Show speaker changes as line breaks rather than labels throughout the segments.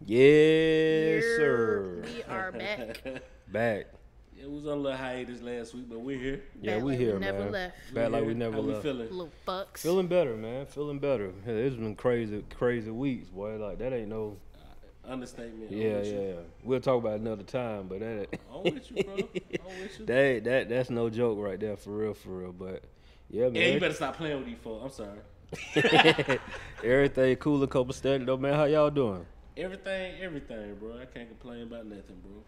Yes,
Here
sir.
We are back.
Back.
It was on a little hiatus last week, but we're here.
Yeah,
Back
we
like
here,
we never
man.
left.
Back
We're
like
here.
we never
How
left.
We feeling?
Little fucks.
Feeling better, man. Feeling better. Yeah, It's been crazy, crazy weeks, boy. Like that ain't no.
Understatement. I'm
Yeah,
with
yeah.
you.
yeah. We'll talk about it another time, but that. ain't-
I'm with you, bro. I'm with you.
That ain't- that that's no joke right there, for real, for real. But yeah,
yeah, you
man.
better stop playing with these folks. I'm sorry.
Everything cool and couple standard though, man. How y'all doing?
Everything, everything, bro. I can't complain about nothing, bro.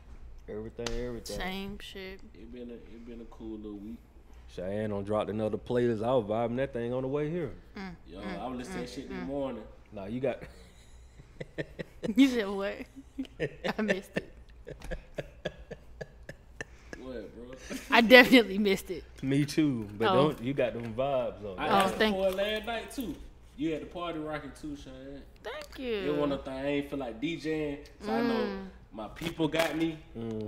Everything, everything.
Same shit.
It been a, it been a cool little week.
Cheyenne on dropped another playlist. I was vibing that thing on the way here.
Yo,
Mm,
I was listening to shit this morning.
Nah, you got.
You said what? I missed it.
What, bro?
I definitely missed it.
Me too, but
Oh.
don't you got them vibes on?
I
it.
Oh,
asked
thank-
for it last night too. You had the party rocking too, Sean.
Thank
It was one
you.
of the things I ain't feel like DJing, so I know my people got me.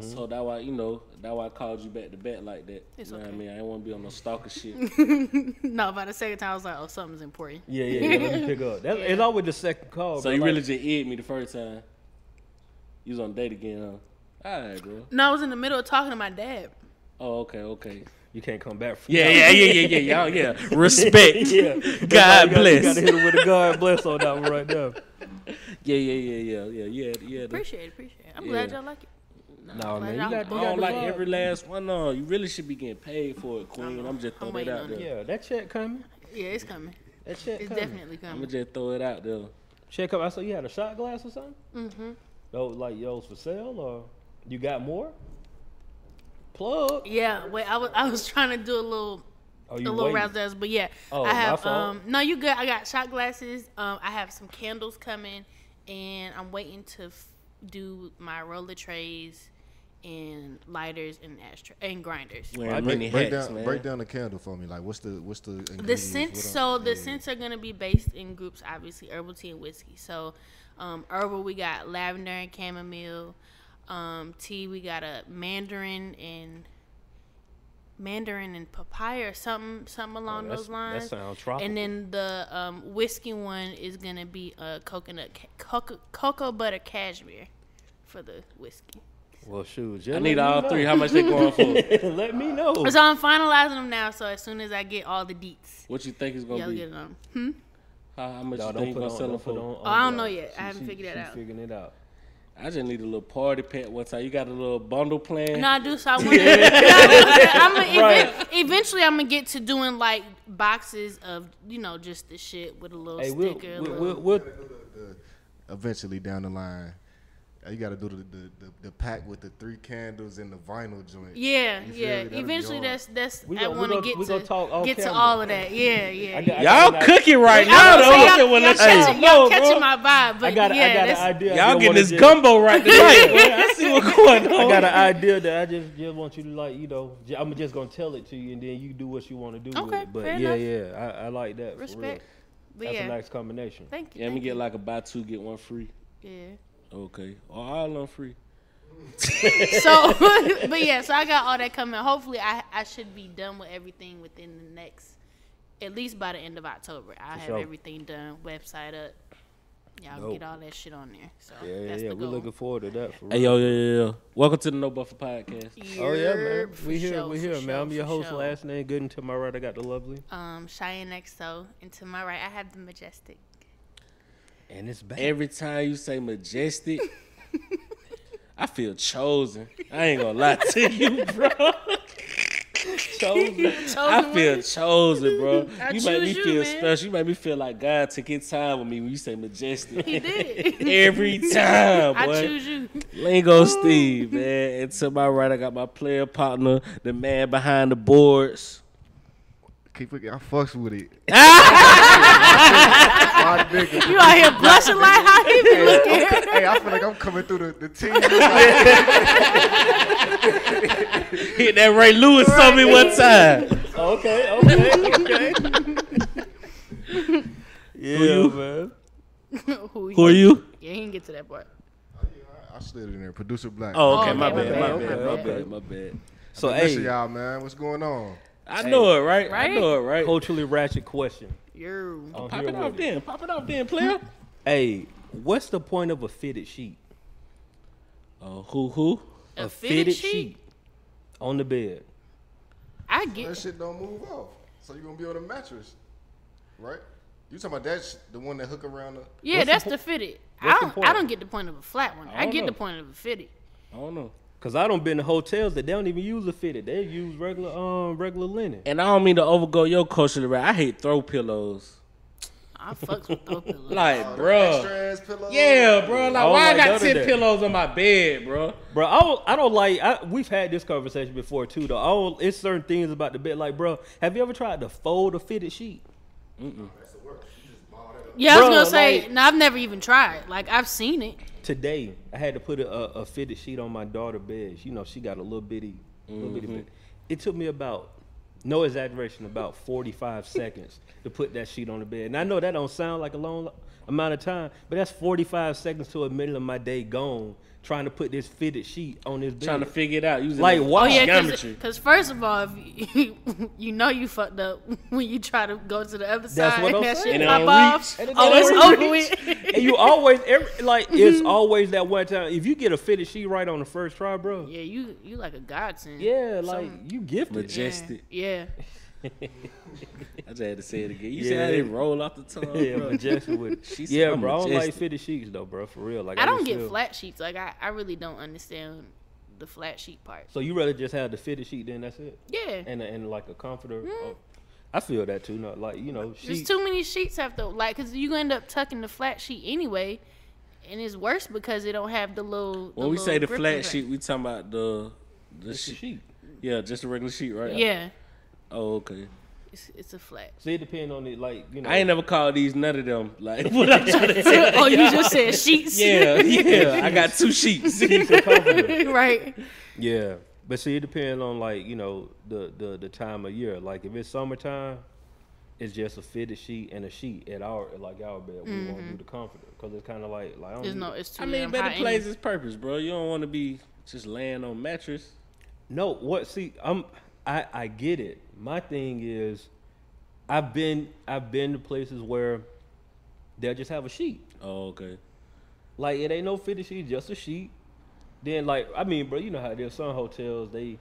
So that why you know that why I called you back to back like that.
It's
you know
okay.
what I mean? I ain't want to be on no stalker shit.
no, by the second time I was like, oh, something's important.
Yeah, yeah, yeah. Let me pick up. That's, It's always the second call.
so
bro.
you
Like,
really just id me the first time. You was on a date again, huh? All right, bro.
No, I was in the middle of talking to my dad.
Oh, okay, okay.
you can't come back from.
Yeah, yeah, yeah, yeah, yeah, y'all, yeah. Respect.
yeah.
God
you gotta, You
bless.
gotta hit him with a God bless on that one right there.
Yeah, yeah, yeah, yeah, yeah, yeah, yeah. the-
Appreciate it. Appreciate it. I'm glad
Yeah.
y'all like it.
No, man, you
I'm-
got,
I
you got
don't
the
like
vibe.
every last one. No, you really should be getting paid for it, Queen. I'm just
I'm
throwing it
waiting
out
on
there.
Yeah, that check coming.
Yeah, it's coming.
That check
It's
coming.
definitely
I'm
coming.
gonna just throw it out there.
Check up. I saw you had a shot glass or something.
Mm-hmm.
Those like those for sale or you got more? Plug.
Yeah, wait. I was I was trying to do a little
Are
a
you
little
waiting?
razzle but yeah,
Oh,
I
my
have.
fault.
Um, no, you good. I got shot glasses. Um, I have some candles coming, and I'm waiting to f- do my roller trays, and lighters and ashtray and grinders.
Wearing
break-
many
break
hats,
down
man.
break down the candle for me. Like what's the what's the
The
ingredients?
scents,
What
so
are-
the
yeah.
scents are gonna be based in groups, obviously herbal tea and whiskey. So, um, herbal we got lavender and chamomile. Um, tea we got a mandarin and mandarin and papaya or something something along
Oh, That's-
those lines.
That sounds tropical.
And then the um, whiskey one is gonna be a coconut ca- cocoa, cocoa butter cashmere for the whiskey.
well, shoot.
I need all three. How much they going for?
Let me know.
So I'm finalizing them now. So as soon as I get all the deets,
What you think it's gonna
y'all
be?
get them. Hmm?
How, how much
Nah,
you think you gonna sell them
don't
for?
put on- on
Oh, I don't know
blast.
yet. I haven't figured that
she
out.
Figuring it out.
I just need a little party pack. One time you got a little bundle plan.
No, I do. So I want to. I'm gonna,
Right.
Eventually, I'm gonna get to doing like boxes of you know just the shit with a little
Hey, we'll,
sticker. a
we'll,
little-
we'll, we'll
The- eventually down the line, uh, you got to do the, the, the, the pack with the three candles and the vinyl joint.
yeah,
You feel
yeah.
me? That'll be
Eventually,
hard.
that's that's.
We
I
gon- we
want to
gon-
get
we
to
gon' talk off
get to
camera.
all of that. Yeah, yeah.
I
yeah.
got- I
y'all
got an
cooking right now
I'm
though.
saying,
Okay,
y'all,
well,
y'all,
let's-
catching- y'all
hey,
no, bro.
catching my vibe, but
I got, a-
yeah,
I got an
that's-
idea. I
y'all
just
getting
wanna
this
just-
gumbo right tonight. man. I see what's going on.
I got an idea that I just, just want you to like, you know, j- I'm just gonna tell it to you, and then you do what you want to do with
Okay,
it. But
fair
yeah,
enough.
yeah, I, I like that. for real.
respect. But
That's
yeah,
a nice combination.
thank you.
Yeah, let me
thank
get like a buy two get one free.
you.
Okay, or all on free.
Yeah. So, but yeah, so I got all that coming. Hopefully, I I should be done with everything within the next, at least by the end of October. I
For
have
sure.
everything done, website up. Y'all
Dope.
get all that shit on there. So
Yeah, yeah,
that's
yeah.
the
We're
goal.
looking forward to that. For real.
Hey yo, yo, yo, yo. Welcome to the No Buffer Podcast.
Oh yeah, man.
Yerp, for
We here,
sure,
we
for
here, man.
sure,
I'm your
for
host.
sure.
Last name good, and to my right, I got the lovely.
Um, Cheyenne XO, and to my right, I have the majestic.
And it's back.
Every time you say majestic, I feel chosen. I ain't gonna lie to you, bro. chosen. I
Chosen
feel chosen, bro.
I
you make me
choose you,
feel
man.
special. You make me feel like God took his time with me when you say majestic.
He did.
Every time,
I
boy.
choose you.
Lingo Steve, man. And to my right, I got my player partner, the man behind the boards.
Keep it. I fucks with it.
You out here blushing like how he be looking.
hey, I feel like I'm coming through the, the team.
Hit that Ray Lewis on me one time.
Okay, okay, okay. yeah,
you?
man.
Who,
Who are you?
Yeah, he didn't get to that part.
I slid in there. Producer Black.
Oh, okay,
Oh,
my,
okay,
bad, my
okay,
bad, my
okay.
bad, my bad.
So,
Listen,
hey,
y'all, man. What's going on?
I know it, right?
Right?
I know it, right?
culturally ratchet question.
You.
I'm
Pop
here
it off
with it.
then. Pop it off then, player.
Hey, What's the point of a fitted sheet?
Uh, who who?
A, fitted, sheet?
on the bed.
I
That
get.
shit don't move off. So you're gonna be on a mattress, right? You talking about that? Sh- the one that hook around the?
Yeah,
What's the
that's
po-
the fitted. I
what's the
don't. I
point?
don't get the point of a flat one.
I
I,
don't
get
know.
the point of a fitted.
I don't know.
Cause I don't been to hotels that they don't even use a fitted. They use regular um regular linen.
And I don't mean to overgo your culture, right? I hate throw pillows.
I fucks with throw pillows.
Like,
Oh, the Extra
bruh.
ass pillow.
Yeah, bruh. Oh, Like,
don't
why I
like
got
none of
10
that.
pillows on my bed, bruh?
Bro, I don't, I don't like. I, we've had this conversation before too, though. I don't, it's certain things about the bed, like, bro, have you ever tried to fold a fitted sheet?
yeah, I was
Bruh,
gonna say.
like-
no, I've never even tried. Like I've seen it.
Today, I had to put a, a, a fitted sheet on my daughter's bed. You know, she got a little bitty, little
Mm-hmm.
bitty bed. It took me about, no exaggeration, about forty five seconds to put that sheet on the bed. And I know that don't sound like a long amount of time, but that's forty five seconds to a minute of my day gone trying to put this fitted sheet on this bed.
Trying to figure it out. Using
Like,
the
why?
Oh yeah,
Geometry.
because first of all, if you, you know you fucked up when you try to go to the other side
what I'm
and that
saying.
shit
And it
pop
don't
off.
reach. And it
Oh,
don't
it's
reach.
over with.
and you always every, like it's always that one time. If you get a fitted sheet right on the first try, bro. Yeah,
yeah, you you like a godsend.
like
Some-
you gifted.
Majestic. Majestic.
Yeah.
I just had to say it again. You
Yeah.
said I didn't roll off the tongue.
Yeah,
bro.
majestic with it.
She said
yeah,
I'm
bro. I don't like
majestic.
fitted sheets though, bro. For real, like
I don't
just
get
feel-
flat sheets. Like I, I really don't understand the flat sheet part.
So you rather just have the fitted sheet, then that's it,
Yeah. Mm-hmm.
and and like a comforter. uh, I feel that too. No, like you know,
There's
sheet.
too many sheets after like cuz you gonna end up tucking the flat sheet anyway. And it's worse because it don't have the little the
When we
little
say the
grip
flat
of it.
sheet, we talking about the the
it's a
sheet.
sheet.
Yeah, just a regular sheet, right?
Yeah.
Oh, okay.
It's, it's a flat.
So it depends on it, like you know.
I ain't never called these none of them. Like what I'm trying to say.
oh, you just said sheets.
Yeah, yeah. I got two sheets.
sheets and comforter.
right.
Yeah, but see, it depends on like you know the the the time of year. Like if it's summertime, it's just a fitted sheet and a sheet at our at like our bed. We won't do the comforter because it's kind of like like I don't
Mm-hmm. There's
need-
no it's too
I mean,
damn
but
hot
it
in
plays
here.
its purpose, bro. You don't want to be just laying on mattress.
no what see I'm I I get it. My thing is, I've been I've been to places where they'll just have a sheet.
Oh, okay.
Like it ain't no fitted sheet, just a sheet. Then like I mean, bro, you know how there's some hotels they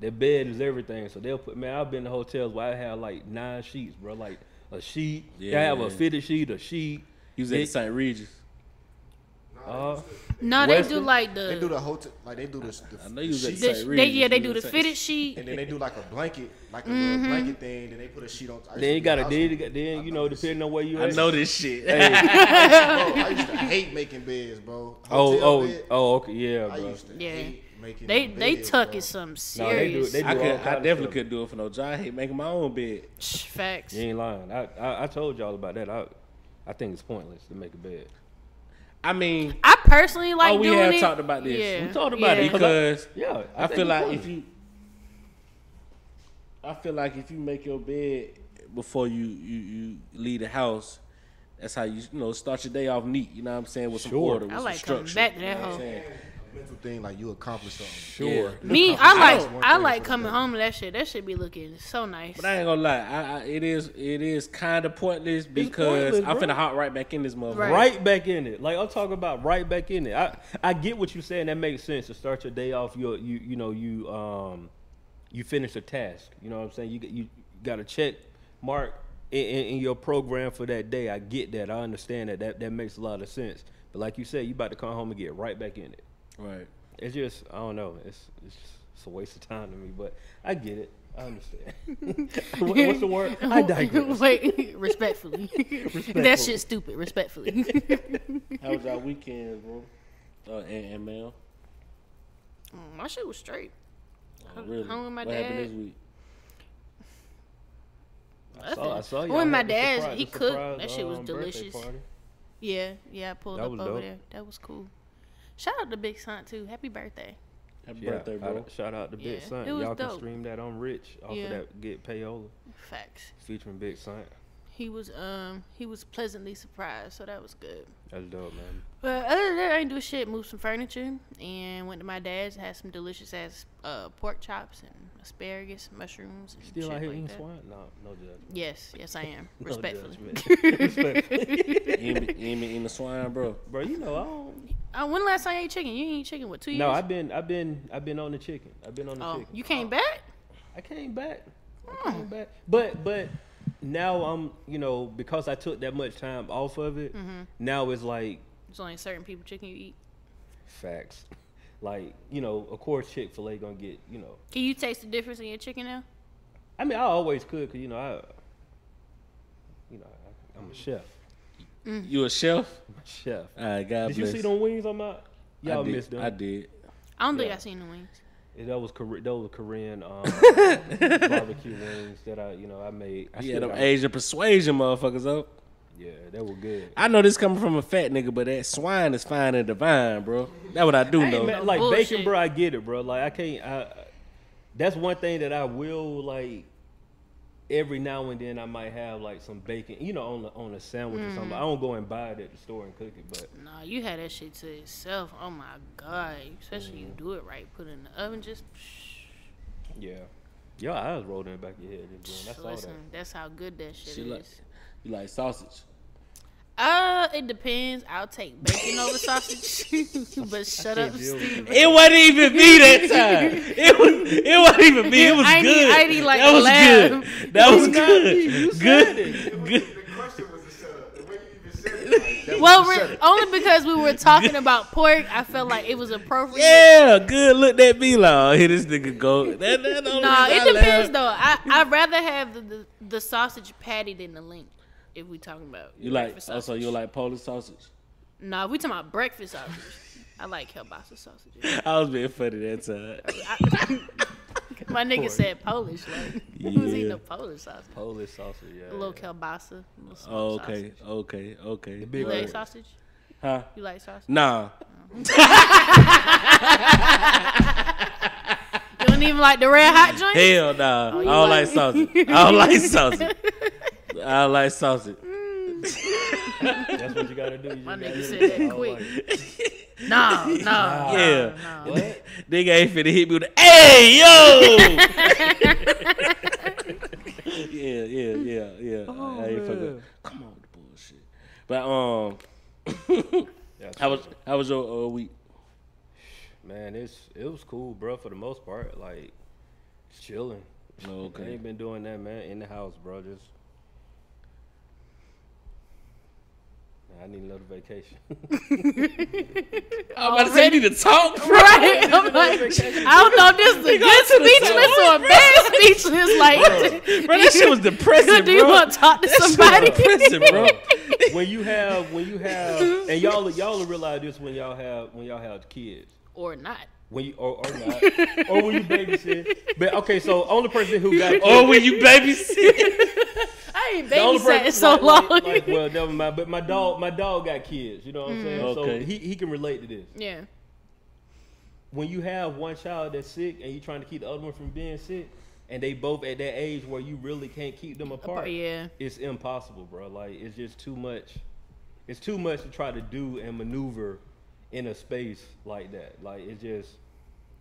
their bed is everything, so they'll put. Man, I've been to hotels where I had like nine sheets, bro. Like a sheet, yeah,
Yeah,
I have
yeah.
a fitted sheet, a sheet.
You was at
Yeah.
St. Regis.
Uh,
No, they do
Western?
like
They do
the,
the hotel, like they do this. The,
I know you was
the
at
sheet,
the-
St.
they,
Regis,
yeah, they
you
do the
was at-
fitted sheet.
and then they do like a blanket, like a
Mm-hmm.
little blanket thing. Then they put a sheet on. I used
then
to
you
be-
gotta
I was-
dig. it- Then you know, depending on where you
I
at.
know this shit.
Hey,
Bro, I used to hate making beds, bro.
oh,
Hotel
oh,
bed,
oh, okay, yeah,
I
bro.
used to
Yeah.
hate making
They
beds,
they tuck
bro.
is some
No, they do it-
serious
they do
I
all
could,
kinds
I
of
definitely
stuff.
couldn't do it for no job. I hate making my own bed.
sh- facts.
You ain't lying. I, I I told y'all about that. I I think it's pointless to make a bed.
I mean,
I personally like
Oh, we
doing
have
it.
talked about this.
Yeah.
We talked about it,
yeah.
Cause I-
because
Yeah,
I,
think
feel
it's
like
pointless.
if you, I feel like if you make your bed before you you you leave the house, that's how you you know start your day off neat. You know what I'm saying with some
Sure.
order, with
I like
some
coming
structure.
back to that
you know what I'm
hoe.
saying?
Mental thing, like you accomplished something.
Sure.
Yeah.
Me,
I
I like
don't-
I like coming home to that shit. That shit be looking so nice.
But I ain't gonna lie, I, I, it is it is kind of pointless because
pointless,
I'm
bro.
finna hop right back in this motherfucker.
Right.
right back in it. Like I'm talking about right back in it. I I get what you're saying. That makes sense to start your day off. You you you know you um you finish a task. You know what I'm saying. You get- you got a check mark in, in, in your program for that day. I get that. I understand that. That that makes a lot of sense. But like you said, you about to come home and get right back in it.
Right.
It's just I don't know. It's it's, just, it's a waste of time to me. But I get it. I understand. what, what's the word? I digress.
Wait, respectfully. that shit's stupid. Respectfully.
How was y'all weekend, bro? Uh, and, and man,
Mm, my shit was straight.
oh, really?
hung with my
what happened
dad.
this week?
I saw, I saw y'all
When my
had the
dad's,
surprise-
he
the
cooked.
surprise,
That shit was
um, birthday
delicious.
party.
Yeah, yeah. I pulled
That
up
was
over
dope.
there. That was cool. Shout out to Big Son too. Happy birthday.
Happy
Yeah,
birthday, bro.
out- Shout out to Big
Yeah,
Sun.
it was
Y'all can
dope.
stream that on Rich off
Yeah.
of that Get Payola
Facts.
featuring Big Sun.
he was um he was pleasantly surprised, so that was good.
That's dope, man.
But other than that, I didn't do shit. Moved some furniture and went to my dad's. Had some delicious ass uh, pork chops and asparagus, mushrooms. And
Still
shit
out here
like
eating
that.
swine? No, no judgment.
Yes, yes, I am
No
respectfully.
judgment. Respectfully.
You ain't been- you ain't been eating the swine, bro.
Bro, you know I don't.
uh, when last time you ate chicken? You ain't eat chicken what two years?
No, I've been, I've been, I've been on the chicken. I've been on the
oh,
chicken.
you came back.
I came back. I
Oh.
came back. But but now I'm you know because I took that much time off of it. Now it's like
There's only certain people chicken you eat.
facts. Like you know, of course Chick Fil A gonna get you know.
Can you taste the difference in your chicken now?
I mean I always could because you know I you know I, I'm a chef.
You a chef?
I'm a chef.
All right, God
Did you
bless.
see them wings on my?
I
Y'all
did.
missed them.
I did.
I don't think
Yeah.
I seen the wings.
Yeah, That was Kore- that was Korean um, barbecue wings that I you know I made. I
Yeah,
still
them
got 'em.
Asian persuasion motherfuckers up.
Yeah, they were good.
I know this coming from a fat nigga, but that swine is fine and divine, bro. That what I do
Hey,
know.
man, like bacon,
Bullshit.
bro. I get it, bro. Like I can't. I, I- that's one thing that I will like. Every now and then, I might have like some bacon, you know, on the, on a sandwich or
Mm-hmm.
something. I don't go and buy it at the store and cook it, but
Nah, you had that shit to yourself. Oh my god, especially
Mm.
you do it right, put it in the oven, just.
yeah, your eyes rolled in the back of your head. Just doing. I saw
Listen, that's how good that shit
She
is.
like, you like sausage?
Uh, it depends. I'll take bacon over sausage, but shut up,
deal with
Steve.
It wasn't even me that time. It was. It wasn't even me. It was
I need-
good.
I need, like,
that was
lamb.
good. That was
It's not me. You
good.
said
Good. Good.
The question was a setup. The way you even said it, like, that was
Well,
a
we're,
setup.
only because we were talking about pork, I felt like it was appropriate.
Yeah, good. Look at me, like, oh, here this nigga go. That, that no,
Nah, it depends though. I I'd rather have the, the, the sausage patty than the link. If we talking about
You like
breakfast
also
sausage.
you like Polish sausage?
Nah, if we talking about breakfast sausage. I like kielbasa sausages.
I was being funny that time.
I- my nigga said Polish. Like, who's eating
Yeah.
a Polish sausage?
Polish sausage, yeah.
A little kielbasa. A little smoked
Oh, okay,
sausage.
okay, okay.
big
You like
Right.
sausage?
Huh?
You like sausage?
Nah.
You don't even like the red hot joint?
Hell nah. I
Oh, you
don't
like-
like sausage. I don't like sausage. I don't like sausage.
That's what you gotta do. You just
My
gotta
nigga
hit
said
it.
that
I was
quick. No, no,
Yeah.
no, no.
Oh, Like,
Nigga ain't finna hit me with a hey yo. yeah, yeah, yeah, yeah.
Oh,
I ain't fucking.
man.
Come on, with the bullshit. But um,
what?
how was how was your uh, week?
man, it's it was cool, bro. For the most part, like chilling. I
Okay.
ain't been doing that, man. In the house, bro. Just Man, I need another vacation.
I'm about to say you need to talk, bro.
Right? I'm like, I don't know if this is a good speechless or a bad speechless. Like,
Bro, that shit was depressing,
do you
bro.
want to talk to
That shit was
somebody?
depressing, bro.
when you have, when you have, and y'all, y'all will realize this when y'all have, when y'all have kids,
or not.
when you or, or not, or when you babysit. But okay, so only person who got kids,
Or Oh, when you babysit.
I ain't
the only
babysat in
person-
so
like-
long.
like- like, well, never mind. But my dog, my dog got kids. You know what I'm saying?
Mm.
Okay.
So he he can relate to this.
yeah.
when you have one child that's sick and you're trying to keep the other one from being sick and they both at that age where you really can't keep them apart
yeah.
it's impossible bro like it's just too much it's too much to try to do and maneuver in a space like that like it's just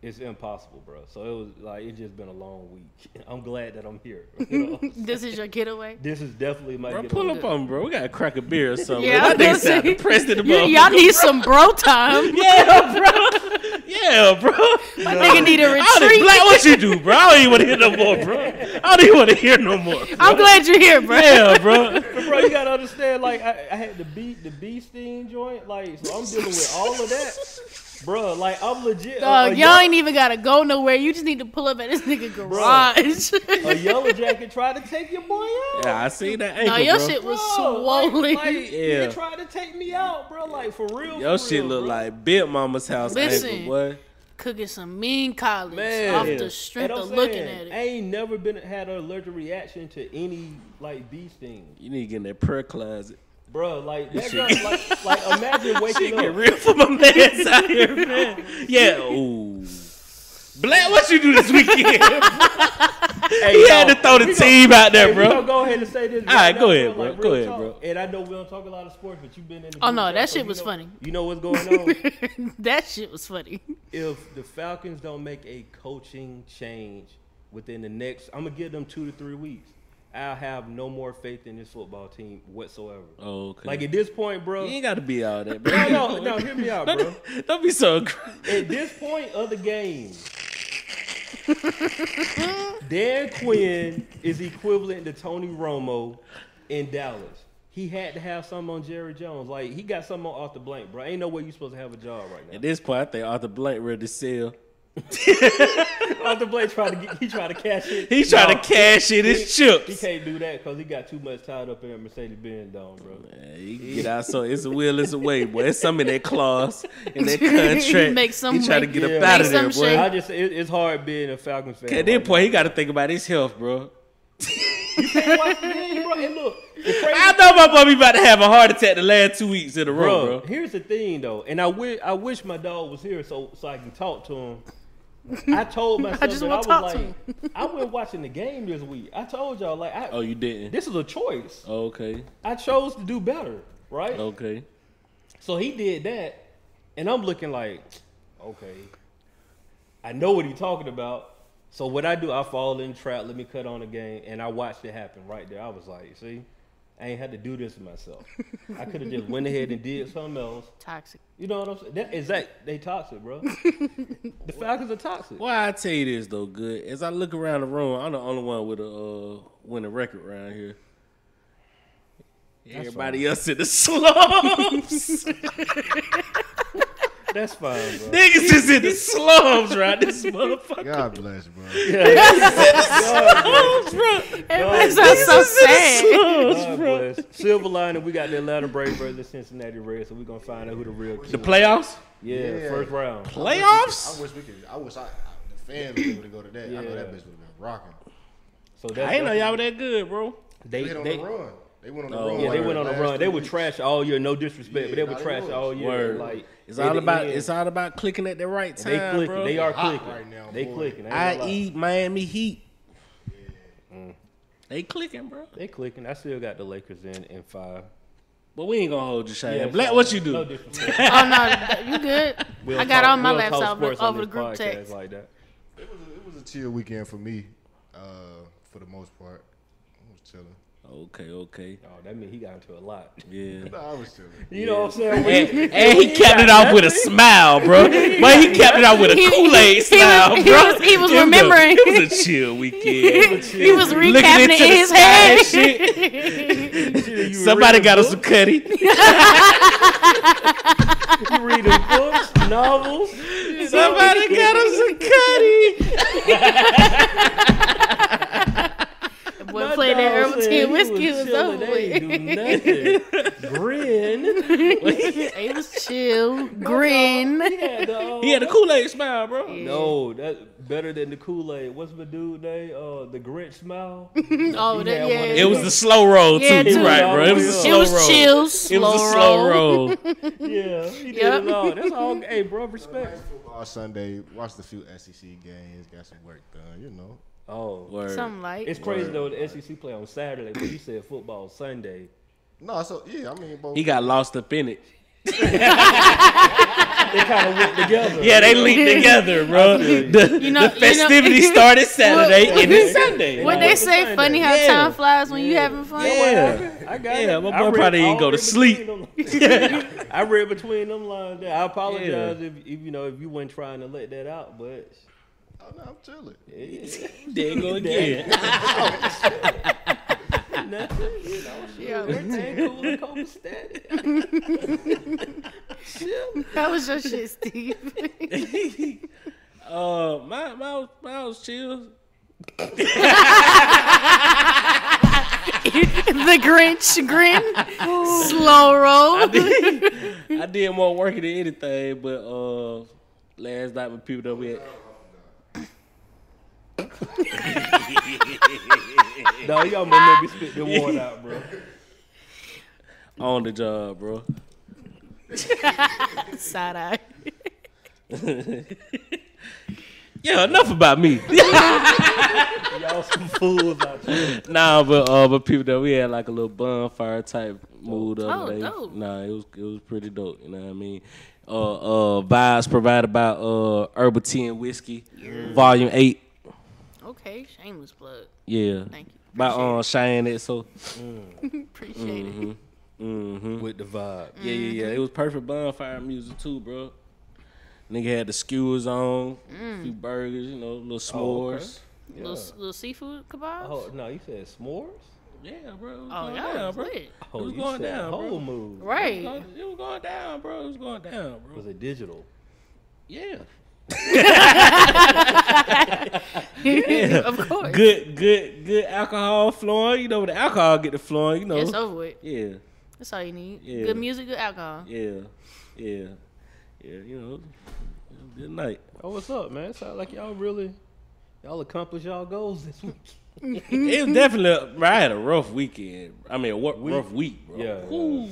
it's impossible bro so it was like it's just been a long week i'm glad that i'm here you know?
This is your getaway?
this is definitely my
Bro,
getaway.
pull up on, me, bro. We gotta crack a beer or something.
Yeah,
Yeah,
I
that nigga
was gonna
sound
say-
depressed in the
You, y'all
motherfucker.
need some bro time.
Yeah, bro. Yeah, bro.
My nigga need a
I don't even,
retreat.
Black, what you do, bro? I don't even want to hear no more, bro. I don't even want to hear no more. Bro.
I'm glad you're here, bro.
Yeah, bro.
But bro, you gotta understand, like I, I had the beat the bee sting joint, like so I'm dealing with all of that. Bro, like I'm legit a-
Dog,
a,
y'all
yellow,
ain't even gotta go nowhere. You just need to pull up at this nigga garage.
a yellow jacket tried to take your boy out.
Yeah, I seen that
no,
ankle,
your
bro.
shit was
Bro, like-
swollen.
Like,
Yeah.
you tried to take me out, bro. Like for real.
Your
for
shit
real,
look
bro.
like Big Mama's house
Listen.
ankle, boy.
Cooking some mean collars
Man.
off the strength
And I'm
of looking
saying,
at it.
I ain't never been had an allergic reaction to any like bee sting,
You need to get in that prayer closet.
bro. Like that girl, like, like imagine waking
Get
up.
real for my man's out here, man. Yeah. Ooh. Black, what you do this weekend?
Hey,
he had
y'all,
to throw the
we gon-
team out there,
hey, we gonna
bro.
go ahead and say this.
All right,
now,
go ahead, bro.
like,
Go
real
ahead, bro.
talk. And I know we don't talk a lot of sports, but you've been in. The
Oh, no,
group
that
chat,
shit
so
was
you know-
funny.
You know what's going on?
that shit was funny.
if the Falcons don't make a coaching change within the next, I'm gonna give them two to three weeks. I'll have no more faith in this football team whatsoever.
Okay.
Like at this point, bro.
you ain't got to be all that, bro.
No, no, no. Hear me out, bro.
Don't be so. aggra-
At this point of the game, Dan Quinn is equivalent to Tony Romo in Dallas. He had to have something on Jerry Jones. Like he got something on Arthur Blank, bro. Ain't no way you supposed to have a job right
At this point, I think Arthur Blank ready to sell.
now. Arthur Blank tried to get, he tried to cash it.
He trying
No.
to cash in his
He
chips.
can't do that because he got too much tied up in that Mercedes Benz dome, bro.
Yeah, he can get out. So it's a will, it's a way, boy. It's some in that clause, in that contract.
Make some
he trying to
way.
get
Yeah.
up out
Make
of there,
some
boy.
shake.
I just it, it's hard being a Falcons fan.
At that
right
point, he got to think about his health, bro.
now. Watch the game, bro. And look, the crazy
I know my boy be about to have a heart attack the last two weeks in a row,
bro,
bro.
Here's the thing though, and I wish I wish my dog was here so so I can talk to him. I told myself
just
that I
wanna
was
talk to
like, I went watching the game this week. I told y'all like, I,
Oh, you didn't?
this is a choice.
Okay,
I chose to do better, right?
okay.
So he did that, and I'm looking like, okay, I know what he's talking about. So what I do, I fall in trap. Let me cut on the game, and I watched it happen right there. I was like, see, I ain't had to do this to myself. I could have just went ahead and did something else.
Toxic.
You know what I'm saying? That, exact. They toxic, bro. the Falcons are toxic.
Why I tell you this though, good. As I look around the room, I'm the only one with a uh, winning record around here. Everybody else in the slums.
That's fine, bro.
Niggas is in the slums, right? This motherfucker.
God bless, bro.
Slums, bro.
Everybody sounds so sad.
God bless. Silver lining, we got the Atlanta Braves versus the Cincinnati Reds, so we're gonna find out who the real
The
king.
playoffs?
Yeah,
Yeah.
first round.
I
Playoffs?
wish we could. I wish I, I the fans would be able to go to that. I know that
Yeah.
bitch would have been rocking.
So
I
that's
ain't know y'all were that good, bro.
They,
They hit on
they-
the run. They went on
Oh,
the run.
yeah, they
like
went on a
last
run. They
three
were
weeks.
trash all year. No disrespect, but they
Yeah,
were
nah, they
trash
was.
all year.
Word.
Like
it's
they-
all
they-
about
yeah.
it's all about clicking at the right time,
they clicking.
bro.
They are
Hot
clicking.
right now,
they
boy.
clicking. I ain't gonna lie.
I.e. Miami Heat. They clicking, bro.
They clicking. I still got the Lakers in in five.
But we ain't gonna hold you, Shane.
Yeah,
Black,
so-
what you do?
No disrespect.
Oh no, you good?
We'll
I got
talk-
all my
we'll
laps
talk
out
sports
over,
on
over the
this
group
podcast
text.
like that.
It was, a, it was a chill weekend for me, uh, for the most part. I was chilling.
Okay, okay.
Oh, that means he got into a lot.
Yeah.
Nah, I was chilling.
You know what I'm saying? When you-
And, and he kept it off with a smile, bro. But he kept it off with a
He-
Kool Aid
he was-
smile,
he
bro.
was- he was
It a-
remembering.
It was a chill weekend.
He was
Looking
recapping
into
it
the
in his
sky and
head.
you
Somebody
read
got
the
us a cutty.
book- You reading books, novels?
Somebody got us a cutty.
Boy played that
dog
herbal
said
tea
he
and whiskey it
was
was
chilling.
over
They
with.
ain't do nothing. Grin.
It was chill, grin.
He had the, uh,
He had a Kool Aid smile, bro.
No, that's better than the Kool Aid. What's my dude name? Uh, the Grinch smile.
Oh,
had
that,
one of
yeah.
It was the slow roll too,
Yeah,
you
too.
right, bro? It was a
It
slow
it was
roll.
chill,
It
slow
was a slow
roll.
roll.
yeah, he did
Yep.
it all. That's all. Hey, bro, respect.
Football Sunday, watched a few SEC games, got some work done. You know,
Oh,
Word.
Something like
it's crazy though. The SEC play on Saturday, but you said football Sunday.
no, so yeah, I mean, both.
He got lost up in it.
They kind of went together.
Yeah, they linked together, bro. The,
You know-
the
you know-
festivities started Saturday and it's Sunday.
What
Yeah.
they say,
Sunday.
funny how
Yeah.
time flies when you having fun.
Yeah.
I got
Yeah,
it.
my
I
boy
read-
probably ain't
I
go to
read
sleep.
between them- I read between them lines. There. I apologize if, if you know if you weren't trying to let that out, but
Oh, no, I'm chilling.
There you go again.
nothing. You know,
Yeah, we're
everything cool and copacetic.
That was your shit, Steve.
uh, my my my was chill.
the Grinch grin, slow roll.
I did more work than anything, but uh, last night with people that we had.
No, y'all gonna make me spit the water out, bro.
on the job, bro.
Side eye.
Yeah, enough about me.
Y'all some fools out here.
nah, but uh, but people that we had like a little bonfire type mood of
Oh,
day.
dope.
Nah, it was it was pretty dope. You know what I mean? Uh, uh, vibes provided by uh herbal tea and whiskey, volume eight.
Okay, shameless plug.
Yeah,
Thank you.
by uh Cheyenne. It so
Appreciate
Mm-hmm.
it.
with the vibe.
Mm,
yeah, yeah, yeah. It was perfect bonfire music too, bro. Nigga had the skewers on, a
Mm.
few burgers, you know, little
Oh, okay.
s'mores.
Little, little seafood kebabs.
Oh no, you said s'mores.
Yeah, bro. It was
Oh,
going
y'all
down,
was
bro.
lit.
Oh,
It was
you
going
said
down, bro.
whole move.
It was
Right.
going- It was going down, bro. It was going down, bro.
Was it digital?
Yeah.
of course.
Good, good, good alcohol flowing. You know, when the alcohol get to flowing, you know.
It's over with.
yeah,
That's all you need.
Yeah.
Good music, good alcohol.
yeah, yeah, yeah. You know, good night.
Oh, what's up, man? Sound like y'all really y'all accomplished y'all goals this week.
it was definitely. A, bro, I had a rough weekend. I mean, a wo- rough week, bro.
Yeah, yeah.
Ooh.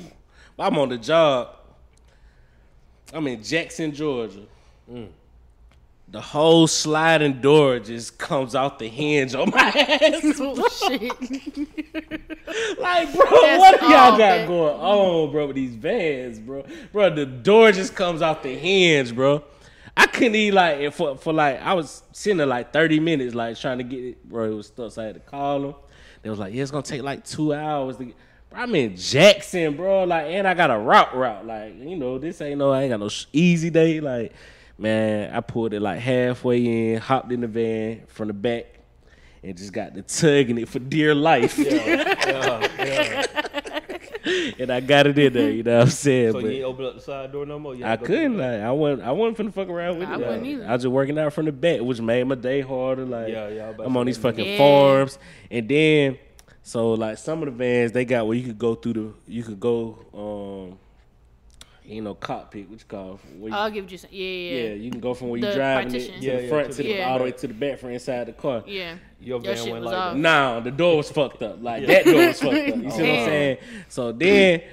I'm on the job. I'm in Jackson, Georgia. Mm. The whole sliding door just comes out the hinge on my ass.
Oh, shit.
Like, bro,
That's
what do y'all
all
got
that-
going on, bro, with these vans, bro? Bro, the door just comes off the hinge, bro. I couldn't even like and for for like I was sitting there like 30 minutes, like trying to get it, bro. It was stuff, so I had to call them. They was like, yeah, it's gonna take like two hours to get bro, I'm in Jackson, bro. Like, and I got a route route. Like, you know, this ain't no I ain't got no sh- easy day. Like, man, I pulled it like halfway in, hopped in the van from the back, and just got the tugging it for dear life. and I got it in there. You know what I'm saying?
So you
but
ain't open up the side door no more. You
I
had to go
couldn't.
through
Like, I wasn't. I wasn't finna fuck around with
I
it.
wouldn't
like,
either.
I was just working out from the back, which made my day harder. Like,
Yeah, yeah, I was about
I'm
to
on
say
these fucking
Yeah.
farms, and then so like some of the vans they got where you could go through the. You could go. um you know, cockpit, which called where you,
I'll give you some. Yeah,
yeah,
Oh, yeah. yeah.
you can go from where
The
you driving it
partition.
to
Yeah,
the
yeah,
front
to
to the
the-
all the way to the back for inside the car.
Your
Your
van
shit
went
was
like
off.
that.
No, the door was fucked up. Like that door was fucked up. You see what I'm
Damn.
saying? So then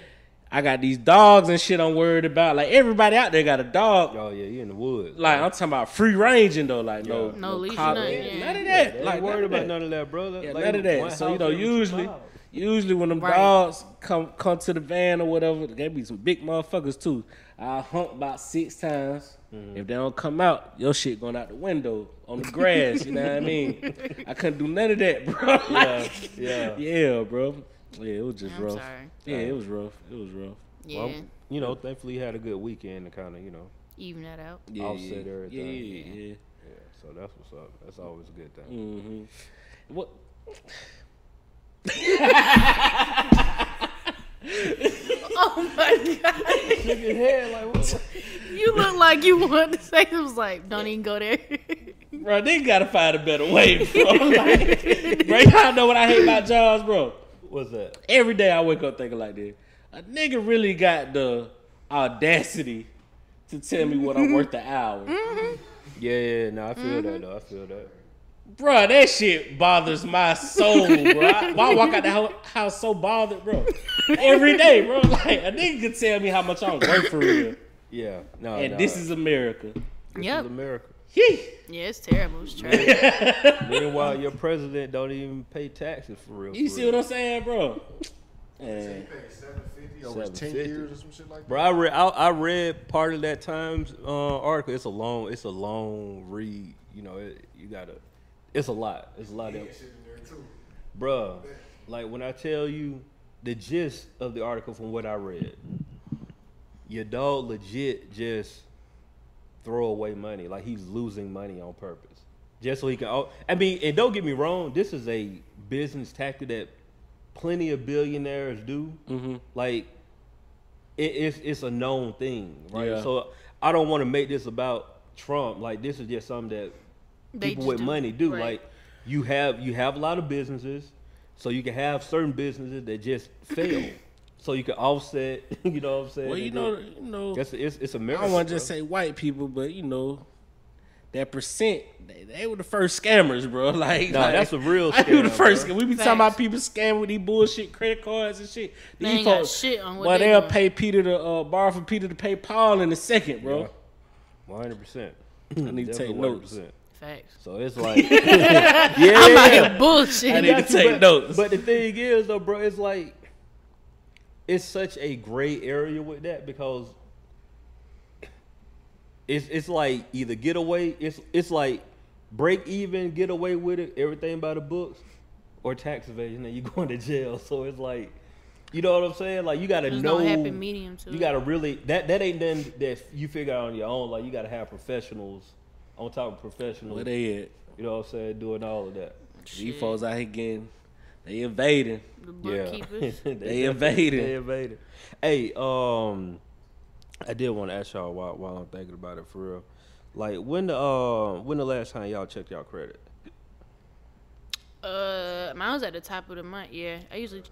I got these dogs and shit I'm worried about. Like everybody out there got a dog.
Oh yeah, you in the woods.
Like I'm talking about free ranging though. Like no,
Yeah.
No leash,
collar.
nothing, yeah.
none of
Yeah,
that.
they
like
ain't worried about
that.
none of that, brother.
Yeah,
Like,
none of
one
that. So you
house
know,
over two
usually,
miles.
usually when them
Right.
dogs come come to the van or whatever, they be some big motherfuckers too. I hump about six times.
Mm-hmm.
If they don't come out, your shit going out the window on the grass. you know what I mean? I couldn't do none of that, bro.
yeah,
Like,
yeah.
yeah, bro. Yeah, it was just
I'm
rough.
sorry.
Yeah, it was rough. It was rough.
Yeah.
Well, you know, thankfully you had a good weekend to kind of, you know,
Even that out.
Yeah,
Offset
yeah,
everything.
Yeah, yeah, yeah.
yeah. So that's what's up. That's always a good thing.
Mm-hmm. What?
Oh my god.
Shook his head like, what?
You look like you wanted to say it was like, don't even go there.
Bro, they gotta find a better way, bro. Like, bro, y'all know what I hate about jobs, bro.
what's that?
Every day I wake up thinking like this. A nigga really got the audacity to tell me what I'm worth an hour.
Mm-hmm.
Yeah, yeah. No, I feel that though. I feel that.
Bro, that shit bothers my soul, bro. I, why I walk out the hou- house so bothered, bro? Every day, bro. Like, a nigga could tell me how much I'm worth for real.
Yeah. No.
And
Oh, no,
this is America.
this
Yep.
is America.
Yee.
yeah, it's terrible. It's trash.
Meanwhile, your president don't even pay taxes for real.
You
for
see
real.
what I'm saying, bro? Man.
He paid 750 over 10
750.
years or some shit like that.
Bro, I read I, I read part of that Times uh, article. It's a long it's a long read. You know, it, you gotta. It's a lot. It's a lot of.
Shit in there too.
Bruh, like when I tell you the gist of the article from what I read, your dog legit just throw away money. Like he's losing money on purpose. Just so he can. oh, I mean, and don't get me wrong, this is a business tactic that plenty of billionaires do. Like, it, it's, it's a known thing, right?
Yeah.
So I don't want to make this about Trump. Like, this is just something that
They
people
just
with
do-
money do.
right.
Like you have you have a lot of businesses, so you can have certain businesses that just fail, so you can offset. You know what I'm saying?
Well, you
and
know,
then-
you know.
that's it's it's
I
America.
don't want to just say white people, but you know, that percent, they, they were the first scammers, bro. Like,
Nah,
like,
that's a real
I knew the
scam,
first.
bro.
We be
Facts.
talking about people scamming with these bullshit credit cards and shit.
They
These
ain't got
folks-
shit on what
well,
they
will
doing.
pay Peter to uh, borrow from Peter to pay Paul in a second, bro.
one hundred percent.
I need to take notes.
Facts.
So it's like, yeah,
I'm out
yeah.
here bullshit.
I need to
Got you,
take
but,
notes.
But the thing is, though, bro, it's like it's such a gray area with that because it's it's like either get away, it's it's like break even, get away with it, everything by the books, or tax evasion, and you going to jail. So it's like, you know what I'm saying? Like you got to
There's
know
no happy medium to
you
it.
gotta really that that ain't nothing that you figure out on your own. Like you gotta have professionals on top of professionals.
Where they at?
you know what I'm saying? Doing all of that.
These
Shit.
folks out here getting, they invading.
The bookkeepers.
they, invaded.
They invaded.
They invaded. Hey, um, I did want to ask y'all while while I'm thinking about it for real. Like when the uh, when the last time y'all checked y'all credit?
Uh, mine was at the top of the month. Yeah, I usually.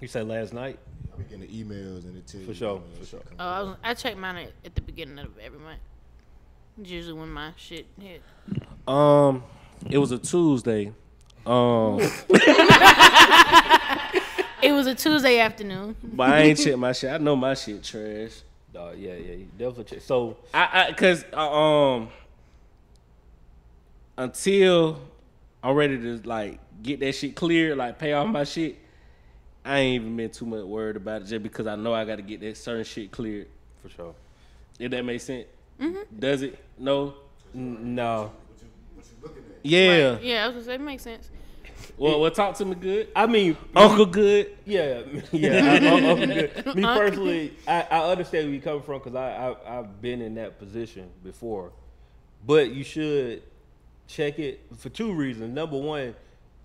You say last night?
I be getting the emails and it tells
For
you,
sure,
man,
for
shit
sure.
coming
Oh, I, was, I check mine at, at the beginning of every month. It's usually when my shit hit.
Um, it was a Tuesday. Um,
It was a Tuesday afternoon.
but I ain't check my shit. I know my shit trash.
Uh, yeah, yeah, you definitely check. So
I, I cause uh, um until I'm ready to like get that shit cleared, like pay off my shit, I ain't even been too much worried about it just because I know I gotta get that certain shit cleared.
for sure.
If that makes sense.
Mm-hmm.
Does it? No?
N- no,
Yeah.
Right. Yeah, I was gonna say it makes sense.
Well well talk to me good.
I mean,
Uncle good.
Yeah, yeah. I'm, I'm, I'm good. Me personally, I, I understand where you come from because I, I I've been in that position before, but you should check it for two reasons. Number one,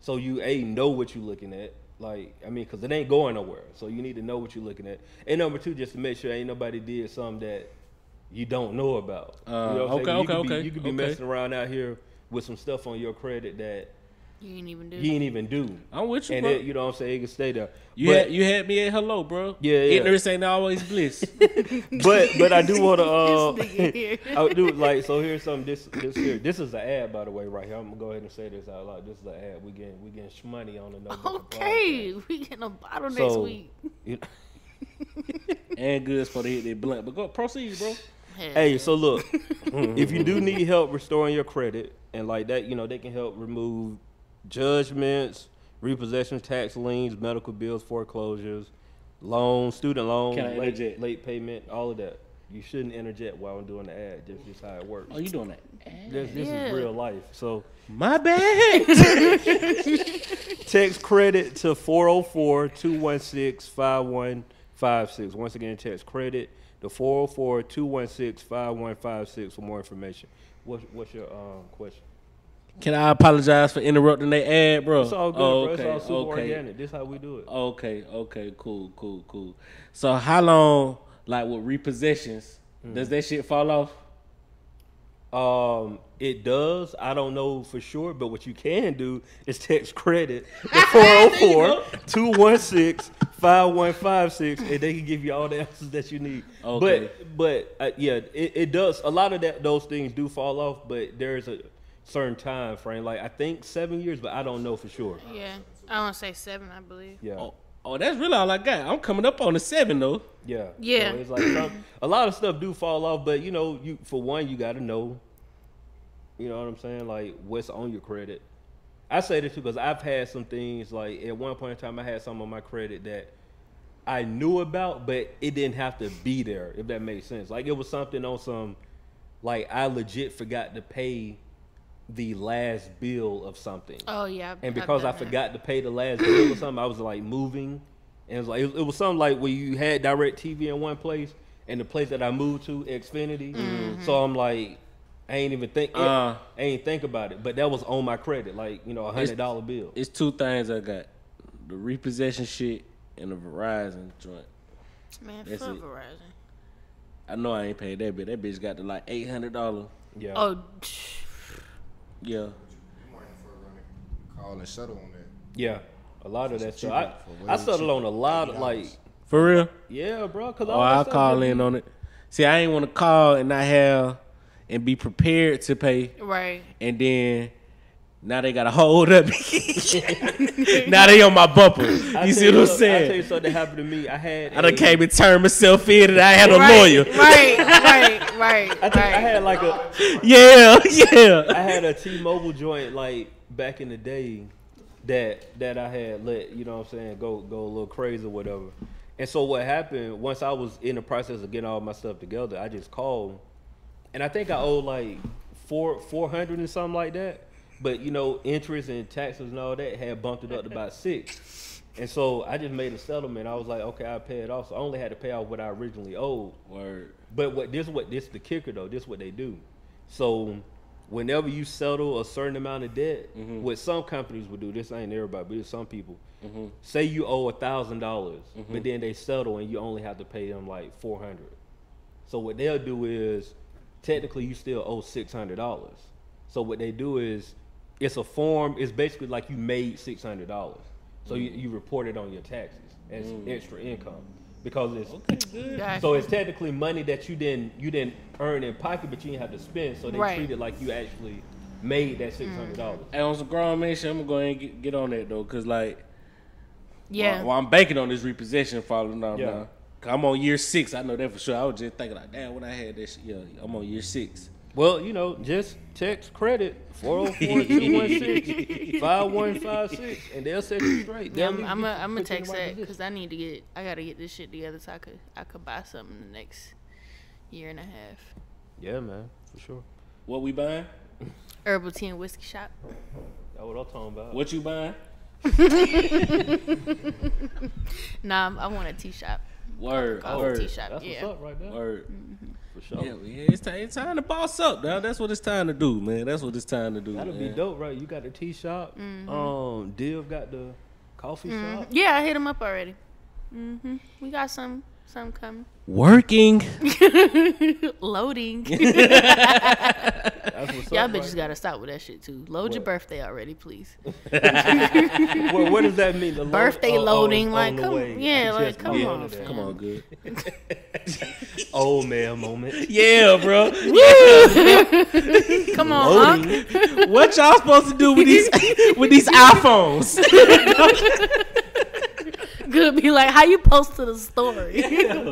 so you a know what you're looking at. Like I mean, because it ain't going nowhere, so you need to know what you're looking at. And number two, just to make sure ain't nobody did something that you don't know about. You
Uh,
know what I'm
okay,
saying? you
okay,
could be,
okay,
You could be
okay.
messing around out here with some stuff on your credit that
You ain't even do.
you ain't even do.
I'm with you,
And
bro.
it, you know what I'm saying? It can stay there.
you
But-
had you had me at hello, bro.
Yeah, yeah.
Ignorance ain't always bliss.
but but I do want to.
This
Uh,
nigga here.
I would do like so. Here's something. This this here. This is an ad, by the way, right here. I'm gonna go ahead and say this out loud. This is an ad. We getting we getting shmoney on another.
Okay, we getting a bottle next
So-
week.
and good for the hit that blunt. But go proceed, bro.
Hell
Hey,
yeah.
so look, if you do need help restoring your credit and like that, you know they can help remove judgments, repossession tax liens, medical bills, foreclosures, loans, student loans,
Can I
late,
interject?
late payment, all of that. You shouldn't interject while I'm doing the ad. Just just how it works.
Oh, you doing that.
This, this
Yeah.
is real life. So.
My bad.
Text credit to 404 216 5156. Once again, text credit to 404 216 5156 for more information. What's, what's your um, question?
Can I apologize for interrupting the ad, bro?
It's all good,
Oh,
bro. It's all super
okay.
organic. This how we do it.
Okay, okay, cool, cool, cool. So how long, like with repossessions,
Hmm.
does that shit fall off?
Um, it does. I don't know for sure, but what you can do is text credit oh to 404 216 5156 and they can give you all the answers that you need.
Okay.
But but uh, yeah, it, it does a lot of that those things do fall off, but there's a certain time frame. Like I think 7 years, but I don't know for sure.
yeah, I want to say seven, I believe.
Yeah.
Oh, oh, that's really all I got. I'm coming up on the seven though.
Yeah.
Yeah.
So it's like some, a lot of stuff do fall off, but you know, you for one, you got to know. You know what I'm saying? Like what's on your credit. I say this too because I've had some things like at one point in time I had some on my credit that I knew about, but it didn't have to be there if that makes sense. Like it was something on some like I legit forgot to pay the last bill of something.
Oh yeah. I've-
And
I've
because I
done that.
forgot to pay the last bill or something, I was like moving, and it was like it was, it was something like where you had direct TV in one place, and the place that I moved to, Xfinity.
Mm-hmm.
So I'm like, I ain't even think,
Uh.
I ain't think about it. But that was on my credit, like you know, a hundred dollar bill.
It's two things I got: the repossession shit and the Verizon joint.
Man,
That's
fuck
it.
Verizon.
I know I ain't paid that bill. That bitch got to like eight hundred dollar.
Yeah.
Oh,
Yeah.
You might have to run a Call and settle on that.
Yeah, a lot of that
cheap
stuff. I,
for way
I settled
cheaper.
on a lot of like,
For real?
yeah, bro. Cause
Oh,
all that
I'll
stuff
call
that
in
be-
on it. See, I ain't want to call and not have and be prepared to pay,
right.
and then Now they got to hold up. now they on my bumper.
I
you
tell
see what
something- I tell
I'm
you
saying?
something that happened to me. I had
I done
a-
came and turned myself in, and I had a
right,
lawyer.
right, right, right,
I
right.
think I had like a
Yeah,
I
yeah.
had a T-Mobile joint like back in the day that that I had let you know what I'm saying go go a little crazy or whatever. And so what happened once I was in the process of getting all my stuff together, I just called, and I think I owed like four four hundred and something like that. But you know interest and taxes and all that had bumped it up to about six. And so I just made a settlement. I was like, okay, I'll pay it off. So I only had to pay off what I originally owed.
Word.
But what this what this the kicker though. This what they do. So whenever you settle a certain amount of debt, what some companies would do. This ain't everybody, but it's some people. Say you owe a thousand dollars, but then they settle and you only have to pay them like four hundred. So what they'll do is technically you still owe six hundred dollars. So what they do is it's a form. It's basically like you made six hundred dollars. So you, you report it on your taxes as extra income because it's
Gotcha.
so it's technically money that you didn't you didn't earn in pocket, but you didn't have to spend. So they
Right. Mm.
treat it like you actually made that six hundred dollars.
Hey, on some grown man shit, I'm gonna go ahead and get, get on that though, cause like,
yeah.
while, while I'm banking on this repossession following up
Yeah.
now, 'Cause I'm on year six. I know that for sure. I was just thinking like, damn, when I had this, yeah, I'm on year six.
Well, you know, just text credit 404-216-5156, and they'll set you straight.
Yeah,
They'll
I'm,
leave
I'm
you
a, I'm gonna
put you in the
text
right
that
position.
because I need to get I gotta get this shit together so I could I could buy something the next year and a half.
Yeah, man, for sure.
What we buying?
Herbal tea and whiskey shop.
That's what I'm talking about.
What you buying?
Nah, I'm- I want a tea shop.
Word,
Oh,
word,
tea shop.
That's
yeah.
what's up right there.
word.
For sure.
Yeah, yeah, it's time. It's time to boss up, now. That's what it's time to do, man. That's what it's time to do.
That'll be
man.
dope, right? You got the tea shop.
Mm-hmm.
Um, Div got the coffee shop.
Yeah, I hit him up already. hmm We got some some coming.
Working.
Loading.
That's what's
Y'all
up.
bitches gotta stop with that shit too. Load your birthday already, please.
right? well, what does that mean? The load-
Birthday
oh, oh,
loading,
on
like
the
come,
way.
yeah,
Just
like come
yeah.
on,
Come
Come on, good.
old man moment.
Yeah, bro.
come on, huh?
what y'all supposed to do with these with these iPhones?
Good be like, how you post to the story?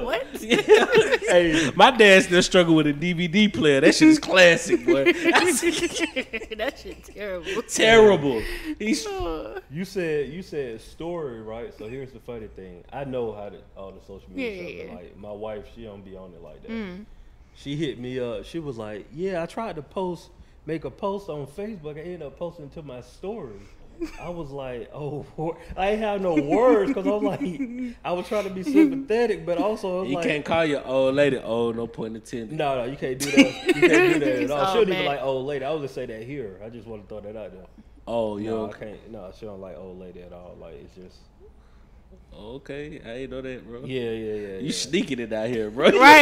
what?
hey,
My dad still struggle with a DVD player. That shit is classic, boy. That's
that shit terrible.
terrible. He's
Uh,
you said you said story right. So here's the funny thing. I know how to, all the social media
Yeah,
stuff.
yeah,
but,
yeah. Mm.
Like my wife, she don't be on it like that. She hit me up. She was like, "Yeah, I tried to post, make a post on Facebook. I ended up posting to my story." I was like, "Oh, wor- I ain't have no words because I was like, I was trying to be sympathetic, but also I was
you
like,
can't call your old lady old. No point intended.
No, no, you can't do that. You can't do that at all.
Oh,
she don't even
man.
like old lady. I was just say that here. I just want to throw that out there.
Oh, you
No, I
okay?
can't. No, she don't like old lady at all. Like it's just.
Okay, I ain't know that, bro.
Yeah, yeah, yeah.
You
yeah.
sneaking it out here, bro.
right.
I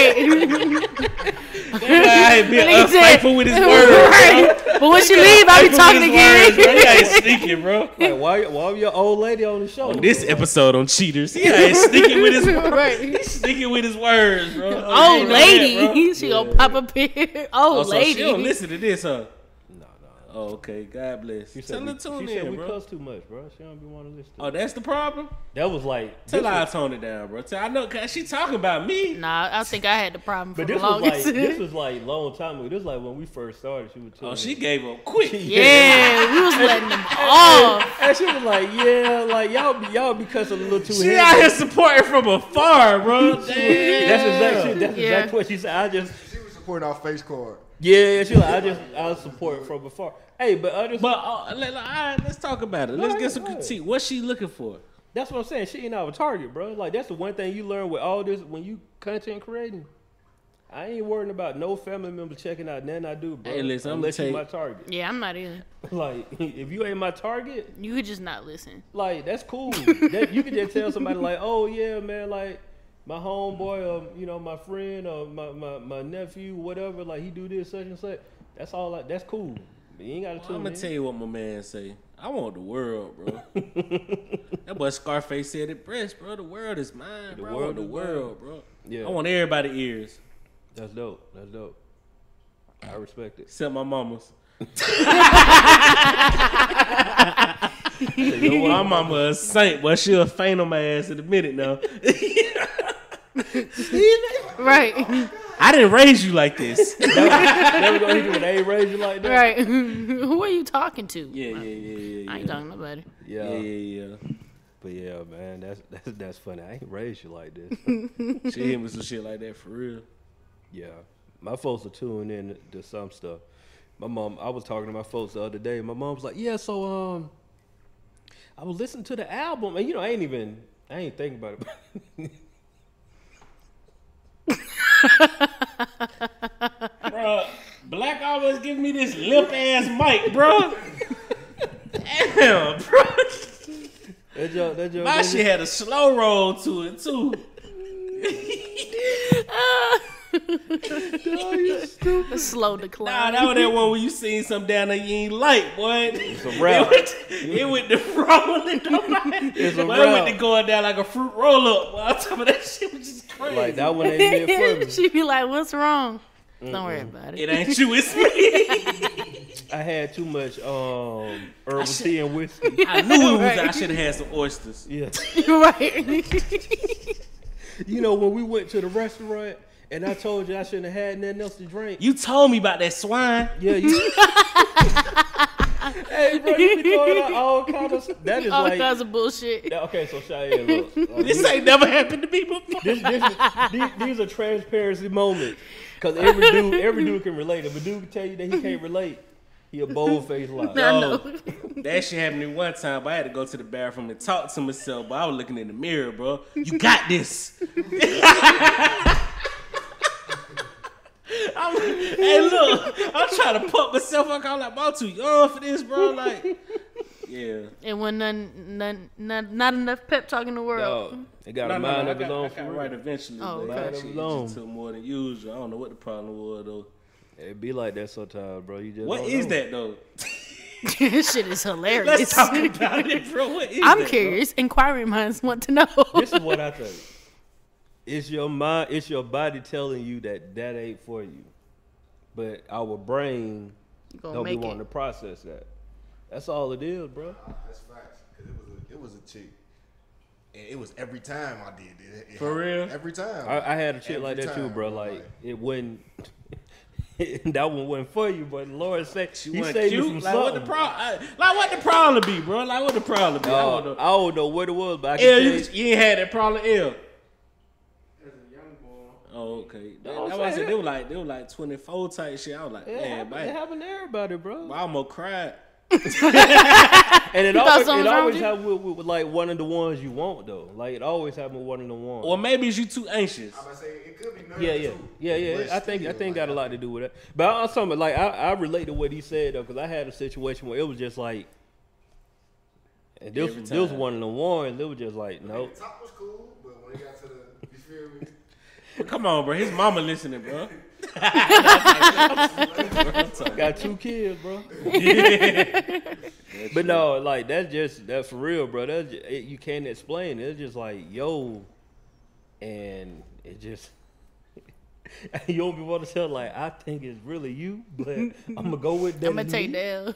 ain't being
Nigga said-
unfaithful with his word.
Right. But once you leave, I'll be talking
Words, bro.
again.
You ain't sneaking, bro.
Like, why? Why your old lady on the show?
On this episode on cheaters, he ain't sneaking with his words. He's sneaking with his words, bro.
Oh,
you know that, bro.
lady. she gonna pop up here. Oh,
Oh, so
lady.
she don't listen to this, huh?
No, no.
Oh, okay. God bless.
She
Tell
said,
her
we,
to
she
tune
said
in,
we
bro.
cuss too much, bro. She don't be want to listen. To
Oh, that's the problem.
That was like.
Tell
this
her I
was,
tone it down, bro. Tell I know cause she talking about me.
Nah, I think I had the problem for
but
the
this was like
longest.
this was like long time ago. This was like when we first started. She was.
Oh,
telling
she
me-
gave up quick.
yeah, we was letting them off.
And she was like, yeah, like y'all be y'all be cussing a little too.
She
heavy.
out here supporting from afar, bro. Damn.
That's exactly that's
Yeah.
exactly what she said. I just
She was supporting our face card.
yeah, she like I just I support from afar. Hey, but others,
But uh, let, all right, let's talk about it. Let's
Right,
get some
right.
critique. What's she looking for?
that's what I'm saying. She ain't our target, bro. Like that's the one thing you learn with all this when you content creating. I ain't worrying about no family member checking out nothing I do, bro.
Hey, listen, I'ma
unless you
tell you-
my target.
Yeah, I'm not either.
Like if you ain't my target,
You could just not listen.
like that's cool. that, you can just tell somebody like, oh yeah, man, like my homeboy, um, you know, my friend, or my, my my nephew, whatever. Like he do this such and such. That's all. Like that's cool. You ain't gotta
I'm
tune
gonna
in.
tell you what my man say. I want the world, bro. that boy Scarface said it best, bro. The world is mine, bro. I want
world
the
is
world, bro.
Yeah.
I want everybody ears
That's dope. That's dope. I respect it.
except my mama's. You know, my mama a saint, but she'll faint on my ass in a minute now.
Right.
I didn't raise you like this.
Never gonna hit you with A raise you like that.
right. Who are you talking to?
yeah, yeah, yeah, yeah,
I
yeah.
ain't talking to nobody.
Yeah.
Yeah, yeah,
But yeah, man, that's that's that's funny. I ain't raised you like this.
yeah. She hit me some shit like that for real.
Yeah, my folks are tuning in to some stuff. My mom, I was talking to my folks the other day. and My mom's like, "Yeah, so um, I was listening to the album, and you know, I ain't even, I ain't thinking about it."
Bro, Black always give me this limp ass mic, bro. Damn, bro.
that joke, that joke,
My
that
shit had a slow roll to it too.
A slow
Nah,
decline.
that was that one where you seen some down there you ain't like, boy. It's
a wrap.
It went to rolling down my
It's a
boy, It went
wrap.
to going down like a fruit roll up. Boy, I'm talking about that shit was just crazy.
like that one ain't meant for me.
she be like, "What's wrong?" Don't worry about it.
It ain't you, it's me.
I had too much um herbal tea and whiskey.
I knew it was, I
Right.
should have had some oysters.
Yeah.
right.
You know, when we went to the restaurant and I told you I shouldn't have had nothing else to drink.
You told me about that swine.
Yeah, you. hey, bro, you be throwing out all kind of. s- That is
All
like.
kinds of bullshit.
Yeah, okay, so Cheyenne, look. Uh,
This ain't never happened to me before.
this, this, these, these are transparency moments. Because every dude, every dude can relate. If a dude can tell you that he can't relate, he a bold faced lie.
I
Oh,
know.
that shit happened to me one time, but I had to go to the bathroom and talk to myself. But I was looking in the mirror, bro. You got this. I'm, hey, look, I'm trying to pump myself up. I'm like, bro, I'm too young for this, bro. Like, yeah.
It wasn't none, none, none, not enough pep talk in the world.
Dog, it got
No,
a
no, no,
mind
I
of his
got- I
own
got
for
right
real.
eventually.
Oh,
but
okay.
that
Mind of
shit
his
just
own.
took more than usual. I don't know what the problem was, though.
It be like that sometimes, bro. You just
What
don't
is
know.
that, though?
this shit is hilarious.
Let's talk about it, bro. What is
I'm
that,
curious. Inquiring minds want to know.
This is what I think. It's your mind, it's your body telling you that that ain't for you, but our brain
You gonna
don't be
make
wanting to
it.
process that. That's all it is, bro.
That's facts. 'cause it was a, it was a chick, and it was every time I did it. it- it
For
happened.
real?
Every time.
I, I had a shit
Every
like that too,
time,
bro.
bro,
Like
like-
it wasn't. that one wasn't for you, but Lord say
She
he
wasn't
saved
cute.
you from
like, what the
something.
problem? Like what the problem be, bro? Like what the problem be? I
Dog,
don't know.
I don't know what it was, but I
L,
can
you,
tell you,
you ain't had that problem, L.
As a young boy,
Oh, okay. That,
Don't
that was
say
it.
that.
They were like they were like twenty four type shit. I was like,
it,
man,
happened,
man,
it happened to everybody, bro.
I almost cried.
And it
thought
always,
something
it
was wrong
always
with you?
happened with, with, with, like one of the ones you want though. Like it always happened with one of the ones.
Or maybe it's you too anxious.
I say it could be none
yeah,
of the
yeah,
two,
yeah, yeah.
but
I think I
still,
think
like,
got a lot to do with that. But I, I'm talking about, like I, I relate to what he said though, because I had a situation where it was just like, and this
Every
this was
time.
one of the ones. It was just like, nope.
The top was cool, but when it got to the, you feel me?
Come on, bro. His mama listening, bro.
Got two kids, bro. but no, like that's just that's for real, bro. That's just, it, you can't explain. it. It's just like yo, and it just you don't be want to tell. Like I think it's really you, but I'm gonna go with that.
I'm gonna
is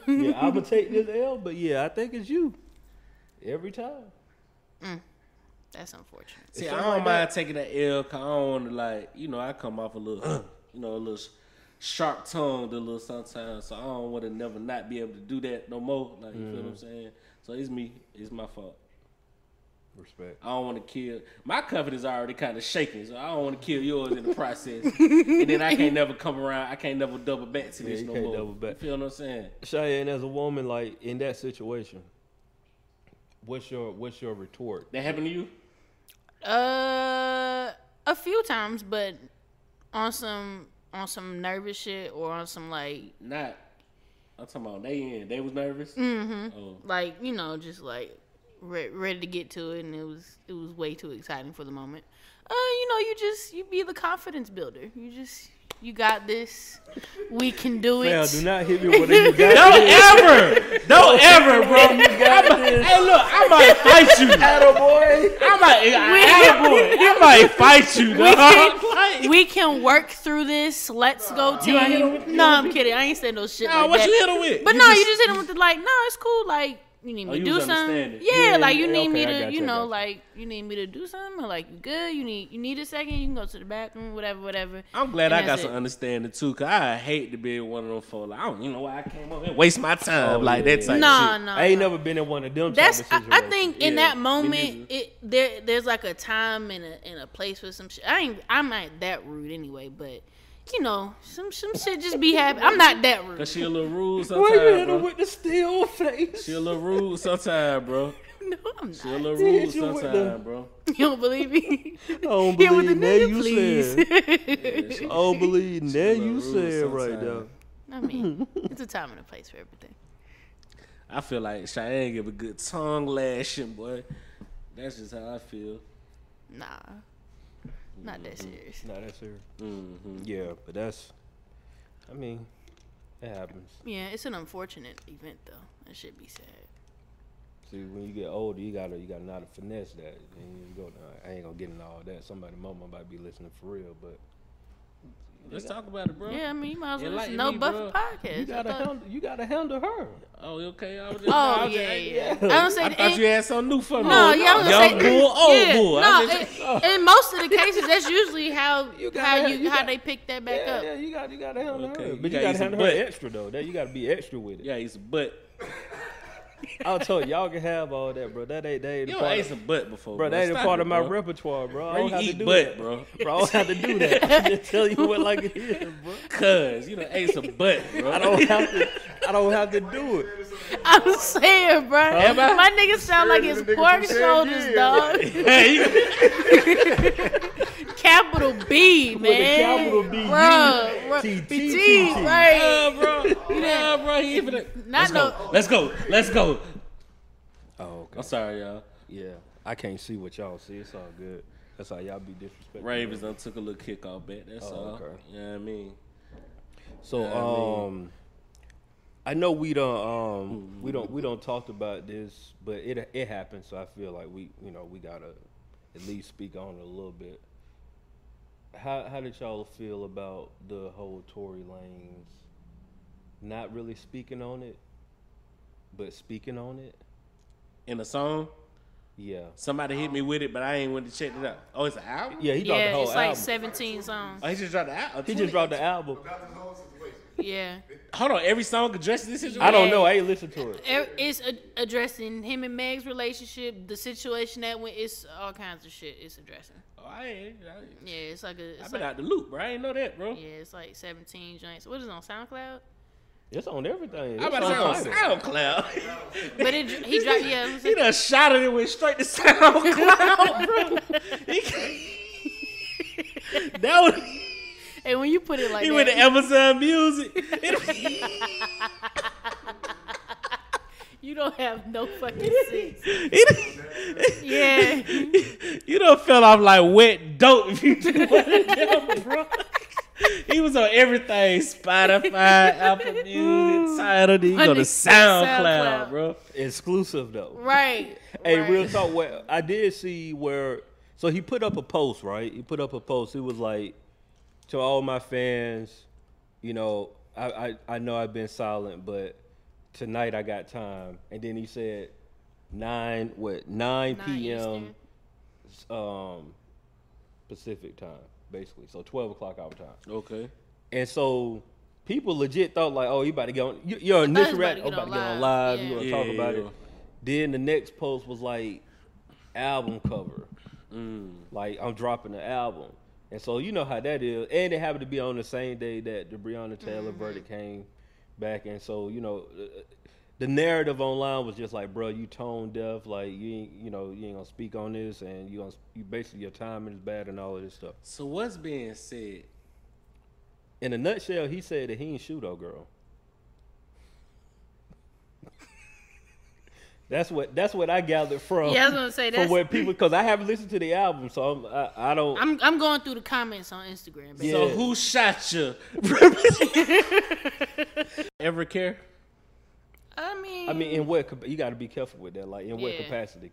Mm-hmm.
take
me.
the L.
Yeah, I'm gonna take this L, but yeah, I think it's you every time.
That's unfortunate.
See, I
something
don't
like
mind taking that L because I don't want to like, you know, I come off a
Uh.
little, you know, a little sh- sharp tongued a little sometimes. So I don't want to never not be able to do that no more. Like you feel what
Mm.
I'm saying? So it's me, it's my fault.
Respect.
I don't want to kill. My confidence already kind of shaking, so I don't want to kill yours in the process. and then I can't never come around. I can't never double back to
Yeah,
this
you
no
can't
more.
double back.
You feel what I'm saying?
Cheyenne, as a woman, like in that situation, what's your what's your retort?
That happened to you?
Uh, a few times, but on some on some nervous shit or on some like
Not. I'm talking about they in. They was nervous. Oh,
like you know just like re- ready to get to it and it was it was way too exciting for the moment uh you know you just you be the confidence builder you just you got this we can do it
Well, do not hit me with a you got
Don't ever, don't ever, bro. I'm- Hey, look, I might fight you.
boy.
I might, I, I, boy, I might fight you, dog.
can-
Like,
can we can work through this. Let's go team.
hit him with- you
no,
hit
I'm kidding. I ain't saying no shit.
Nah,
like
what
that.
you hit him with?
But
You
no,
just-
you just hit him with the like. No, it's cool. Like you need me
Oh,
to
you
do
was
something.
understanding.
Yeah,
Yeah,
like you
yeah,
need
okay,
me
I
to,
gotcha,
you
I
know,
gotcha.
like you need me to do something. Or, like you good. You need you need a second. You can go to the bathroom. Whatever, whatever.
I'm glad
And
I got
that's
some
it.
understanding too, cause I hate to be one of them folks. Like, I don't even know why I came up here, waste my time
Oh,
like
yeah,
that
yeah.
type. of
No,
shit.
no.
I ain't
no.
never been in one of them.
That's
type of
I, I
situations.
think in
Yeah,
that
me
moment
neither.
it there there's like a time and a and a place for some shit. I ain't I'm not that rude anyway, but you know some some shit just be happy. I'm not that rude.
Cause she a little rude
Why you hit
sometimes,
him
bro.
with the steel face?
She a little rude sometimes, bro.
No, I'm
She a
not.
little
hit
rude
you with
sometimes, bro.
You don't believe me?
don't
Here with the
believe that
nigga,
you
please.
Yeah, she-
I don't believe that you
She a little
said
rude
right there.
sometimes.
I mean, it's a time and a place for everything.
I feel like Cheyenne give a good tongue lashing, boy. That's just how I feel.
Nah, not that serious.
Mm-hmm. No, that's serious.
Mm-hmm.
Yeah, but that's. I mean, it happens.
Yeah, it's an unfortunate event though. That should be sad.
See, when you get older, you gotta you gotta know how to finesse that. And you go, nah, I ain't gonna get into all that. Somebody, mama, might be listening for real, but
Let's talk about it, bro.
Yeah, I mean, you might as well listen
Enlighten
to no
me,
buffer
bro.
podcast.
you gotta
I thought-
handle you gotta handle her.
Oh, you okay. I was just, I
oh
was just-
yeah, yeah.
yeah.
I don't say
I thought you had something new for
Oh,
me.
No, yeah, I was gonna
Young
say,
bull, old
yeah,
bull. I
No,
just-
in- in most of the cases, that's usually how
You gotta
how
have-
you,
you
how
got-
they pick that back
Yeah,
up.
yeah, you got you gotta handle
Okay,
her,
you
but you,
gotta
gotta
use
handle
your
her
butt.
extra though. That you gotta be extra with it.
yeah, he's a butt.
I'll tell you, y'all can have all that, bro. That ain't that ain't
You
a
don't
part.
ate
Of,
some butt before,
bro,
bro.
that ain't a
Stop
part
it,
of my
bro.
repertoire, bro. I
Bro,
don't
you
have to
eat
do
butt,
that,
bro.
Bro, I don't have to do that. I just tell you what like it is, bro.
Cuz you done ate some butt, bro.
I don't have to. I don't have to do it.
I'm saying, bro,
I?
my niggas sound like
Scared
it's
of the niggas
pork
who said
shoulders,
yeah.
dog.
Hey, you-
capital B, man.
capital B,
bro. bro.
T, T,
B,
T, Uh,
T,
T.
right?
yeah, bro. Yeah, bro. He even.
Not
Let's go.
no-
Let's go. Let's go.
Oh,
I'm
okay.
sorry, y'all.
Yeah, I can't see what y'all see. It's all good. That's how y'all be disrespectful.
Ravens done took a little kick off back. That's
Oh,
all.
okay.
You know what I mean?
So
Yeah, I
um, I know we don't um
Mm-hmm.
we don't we don't talk about this, but it it happened. So I feel like we you know we gotta at least speak on it a little bit. How how did y'all feel about the whole Tory Lanes not really speaking on it, but speaking on it?
In a song,
Yeah,
somebody hit me with it, but I ain't went to check it out. Oh, it's an album.
yeah. He dropped the
Yeah,
whole
it's like
album.
17 songs.
Oh, he just dropped the album.
he just dropped the album.
Yeah,
Hold on, every song addresses this situation.
I don't know. I ain't listened to it.
E- it's a- addressing him and Meg's relationship, the situation that went. It's all kinds of shit. It's addressing.
Oh, I ain't. I ain't.
Yeah, it's like a. It's
I've
like-
been out the loop, bro. I ain't know that, bro.
Yeah, it's like 17 joints. What is it on SoundCloud?
It's on everything. It's
I'm about to
title.
say on SoundCloud.
But it, he dropped, yeah, it was
he
like,
done shot it and went straight to SoundCloud, bro. He can't- that was,
and when you put it like
he
that,
went to Amazon Music. It-
you don't have no fucking sense.
it-
Yeah.
you done fell off like wet dope if you do one of them, bro. He was on everything Spotify, Apple Music, Tidal. Then you go to SoundCloud,
SoundCloud.
bro.
Exclusive though.
Right.
Hey,
right.
real talk. Where I did see where, so he put up a post, right? He put up a post. It was like, to all my fans, you know, I, I, I know I've been silent, but tonight I got time. And then he said, nine what nine,
Nine
p.m. Um, Pacific time, basically. So twelve o'clock our time.
Okay.
And so people legit thought like, oh, you about to get on you, your initial
about
rap,
to
oh,
get
about
on
to get on
live,
live, you
yeah.
gonna talk
Yeah,
about
yeah.
it. Then the next post was like album cover. Like I'm dropping the album. And so you know how that is. And it happened to be on the same day that the Breonna Taylor
Mm-hmm.
verdict came back. And so, you know, uh, the narrative online was just like, bro, you tone deaf, like you ain't, you know, you ain't gonna speak on this and you gonna you basically your timing is bad and all of this stuff.
So what's being said?
In a nutshell, he said that he ain't shoot no girl. that's what that's what I gathered from
Yeah, I was gonna say
from
that's.
where people because I haven't listened to the album, so I'm, I I don't.
I'm I'm going through the comments on Instagram. Baby.
Yeah.
So who shot you? Ever care?
I mean,
I mean, in what capa- you got to be careful with that, like in what
Yeah.
capacity.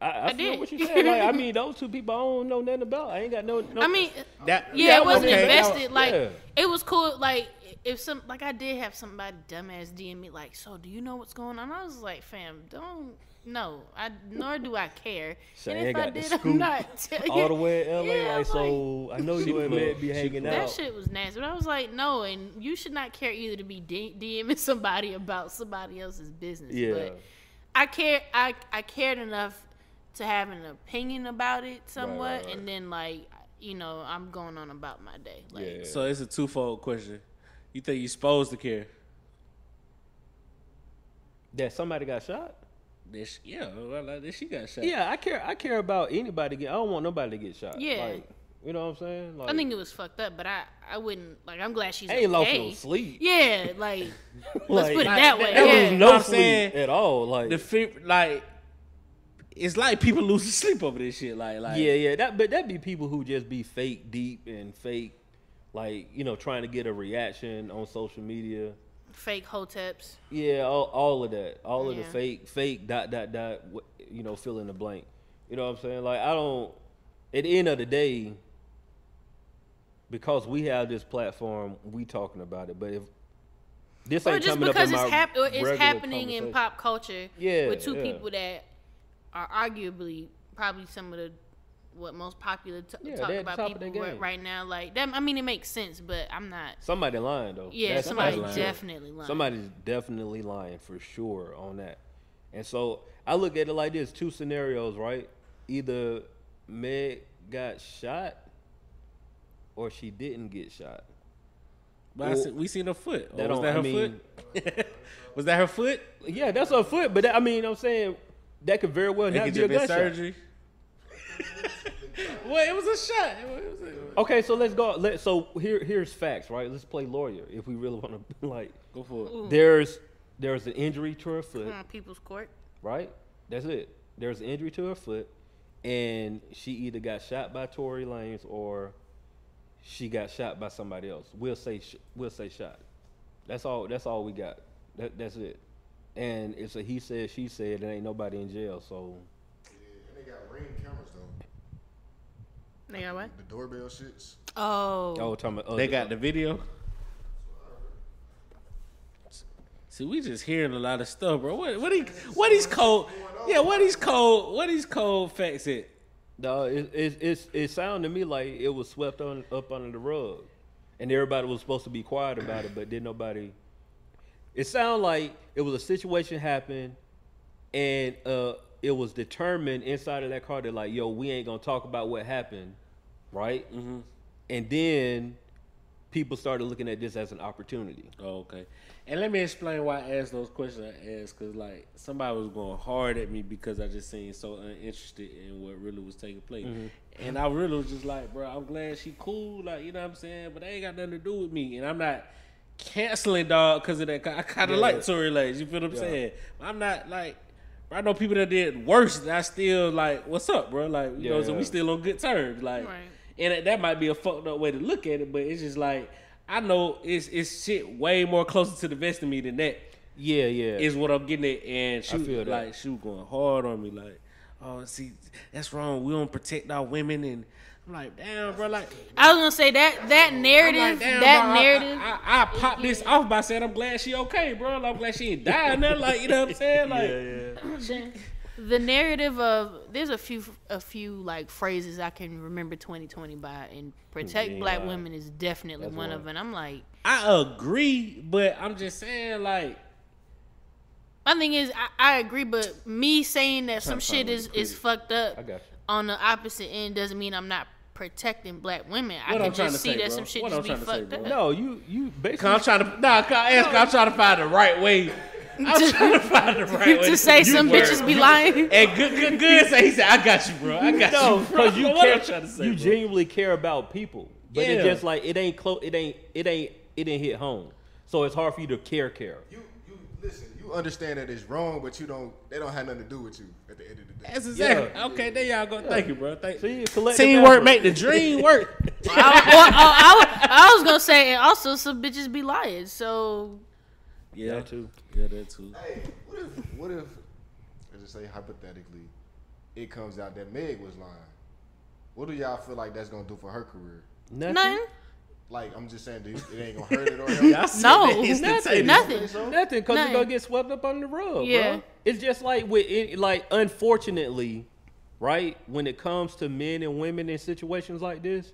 I, I,
I
feel
did.
what you said. Like, I mean, those two people I don't know nothing about. I ain't got no. no
I mean,
That
yeah,
that
it wasn't
okay, that-
invested. Like
yeah.
it was cool. Like if some like I did have somebody dumbass DM me like, so do you know what's going on? I was like, fam, don't. No, I nor do I care.
She
and if
ain't
I
got the
did, I'm
scoop
not telling
all the
you.
way in LA.
Yeah,
like, so I know
She
you and
cool.
Matt be
She
hanging
cool.
That
out.
shit was nasty. But I was like, no, and you should not care either to be D- DMing somebody about somebody else's business.
Yeah.
But I care. I I cared enough to have an opinion about it somewhat,
right.
and then like you know I'm going on about my day. Like,
yeah.
So it's a twofold question. You think you supposed to care?
that somebody got shot.
This, yeah, well, like this, she got shot.
Yeah, I care. I care about anybody. Get, I don't want nobody to get shot.
Yeah.
Like, you know what I'm saying? Like,
I think it was fucked up, but I, I wouldn't like. I'm glad she's
I ain't lost
okay.
no sleep.
Yeah, like let's
Like,
put it
like,
that way.
that-
There
yeah.
was
What
no
I'm
sleep
saying,
at all. Like,
The fear, like, it's like people losing sleep over this shit. Like, like,
yeah, yeah. That, but that be people who just be fake deep and fake, like you know, trying to get a reaction on social media.
Fake hoteps.
Yeah, all, all of that, all of the
Yeah.
fake, fake dot dot dot. wh- You know, fill in the blank. You know what I'm saying? Like I don't. At the end of the day, because we have this platform, we talking about it. But if this
Or
ain't
just
coming up
because
in
it's,
my
hap- or
regular
it's happening in
conversation.
pop culture
Yeah,
with two
yeah.
people that are arguably probably some of the what most popular to
Yeah,
talk
they're at the
about
top of their
people ri-
game.
right now. Like that. I mean, it makes sense, but I'm not.
Somebody lying though.
Yeah,
That's-
somebody
that's true.
definitely lying.
Somebody's definitely lying for sure on that. And so I look at it like this: two scenarios, right? Either Meg got shot, or she didn't get shot.
But I see, we seen her foot. Or
That
was
don't-
that her
I mean-
foot? was that her foot?
Yeah, that's a foot. But that, I mean, I'm saying that could very well
It
not
could
be a
just been
gunshot.
surgery. well, it was a shot. It was a-
Okay, so let's go. Let so here here's facts, right? Let's play lawyer if we really want to. Like,
go for it.
there's there's an injury to her foot.
on people's court.
right? That's it. There's an injury to her foot, and she either got shot by Tory Lanez or she got shot by somebody else. We'll say sh- we'll say shot. That's all. That's all we got. That, that's it. And it's a he said she said. And ain't nobody in jail. So
and they got ring cameras though.
They got what?
The doorbell shits.
Oh,
oh, talking about
They got the video. See, we just hearing a lot of stuff, bro. What what he, what these cold? Yeah, what these cold? What these cold facts? It
No, it it it's it sounded to me like it was swept on up under the rug, and everybody was supposed to be quiet about it, but did nobody. It sounded like it was a situation happened, and uh, it was determined inside of that car that like, yo, we ain't gonna talk about what happened, right? Mm-hmm. And then people started looking at this as an opportunity.
Oh, okay. And let me explain why I asked those questions I asked, because like somebody was going hard at me because I just seemed so uninterested in what really was taking place, and I really was just like, bro, I'm glad she cool, like you know what I'm saying, but that ain't got nothing to do with me, and I'm not canceling dog because of that. I kind of like Tory Lanez, you feel what I'm saying? I'm not like. bro, I know people that did worse. That I still like. What's up, bro? Like, you know, what I'm saying? we
Yeah.
still on good terms. Like,
Right.
and that- that might be a fucked up way to look at it, but it's just like I know it's it's shit way more closer to the vest to me than that
Yeah, yeah.
is what I'm getting at. And she was
feel that.
like she was going hard on me, like, oh see, that's wrong. We don't protect our women and I'm like, damn, bro, like,
I was gonna say that that
I'm like,
narrative,
damn,
that
bro, I-
narrative.
I, I, I popped this off by saying I'm glad she okay, bro. Like, I'm glad she ain't dying. That, like, you know what I'm saying? Like,
the narrative of there's a few a few like phrases I can remember 2020 by, and protect
ain't
black
lying.
women is definitely one, of them. And I'm like,
I agree, but I'm just saying, like,
my thing is, I, I agree, but me saying that some
to find
shit
where
is
to
is fucked up
I got you.
on the opposite end doesn't mean I'm not protecting black women. I
What
can
I'm trying to
just see
say,
that
bro.
some shit
What I'm
just be
trying to say,
fucked
bro.
up.
no, you you
i I'm
basically
trying to nah, cause I ask, I'm trying to find the right way. I'm trying to find the right way
to say some
word.
bitches be lying.
And good, good, good. Say he said, "I got you, bro. I got
No,
you." bro."
because you
what
care.
I'm trying to say,
you
bro.
genuinely care about people, but it's
Yeah.
just like it ain't close. It ain't. It ain't. It didn't hit home. So it's hard for you to care. Care.
You you listen. You understand that it's wrong, but you don't. They don't have nothing to do with you at the end of the day.
That's exactly okay. There y'all go. Thank you, bro. Thank
See, it's collective
Teamwork
effort.
make the dream work.
I, well, I, I, I was gonna say, and also some bitches be lying. So
yeah,
too.
Yeah, that too.
Hey, what if what if let's just say hypothetically, it comes out that Meg was lying. What do y'all feel like that's gonna do for her career?
Nothing.
Nothing.
Like I'm just saying, dude, it ain't gonna hurt it or help.
No.
Nothing.
Nothing.
Nothing, because you're
Nothing.
gonna get swept up under the rug,
Yeah.
bro. It's just like with it, like unfortunately, right? When it comes to men and women in situations like this,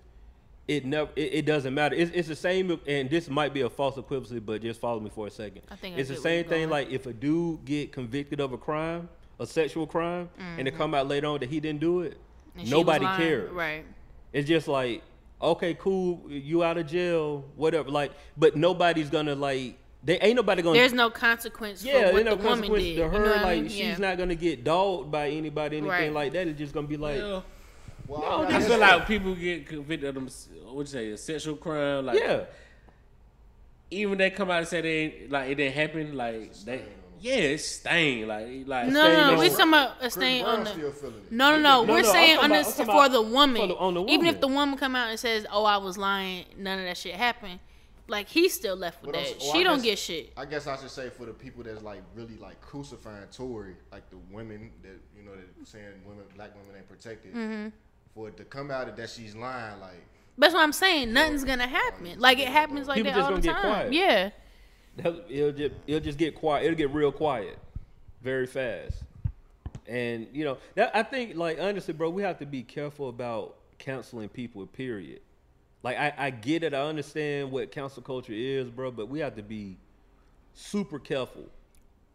it never it, it doesn't matter. It's, it's the same, and this might be a false equivalency, but just follow me for a second.
I think I
it's the
get where you're
same thing.
going.
Like if a dude get convicted of a crime, a sexual crime, and it come out later on that he didn't do it,
Mm-hmm. And she was
nobody
lying.
cares.
Right.
It's just like, okay, cool, you out of jail, whatever. Like, but nobody's gonna like. They ain't nobody gonna.
There's no consequence
yeah,
for what
ain't no
the woman
consequence
did.
to her.
you know what
like,
I mean?
she's
yeah.
not gonna get dogged by anybody, anything
Right.
like that. It's just gonna be like, yeah,
Well,
Well,
No,
I'm
I
not-
feel like people get convicted of them. What you say, a sexual crime? Like, even they come out and say they ain't, like it didn't happen. Like they, yeah, it's stain. Like, like
No, no, no.
on
We
the-
talking about a
Chris
stain on
Brown's
the.
still feeling it.
No, no, no.
No,
We're
no, I'm
saying
talking
on
about-
this
I'm talking
for
about
the woman.
for the- on the
Even if
woman.
the woman come out and says, "Oh, I was lying," none of that shit happened. Like he's still left with
But I'm
that.
s- well,
she
I
don't
guess-
get shit.
I guess I should say for the people that's like really like crucifying Tory, like the women that you know that saying women, black women ain't protected.
Mm-hmm.
For it to come out that she's lying, like
That's what I'm saying. Nothing's gonna happen. Like it happens like
People
that
just
all the
gonna get
time.
quiet.
Yeah.
That- it'll just it'll just get quiet. It'll get real quiet, very fast. And you know, that I think like honestly, bro, we have to be careful about counseling people. Period. Like I, I get it. I understand what counsel culture is, bro. But we have to be super careful.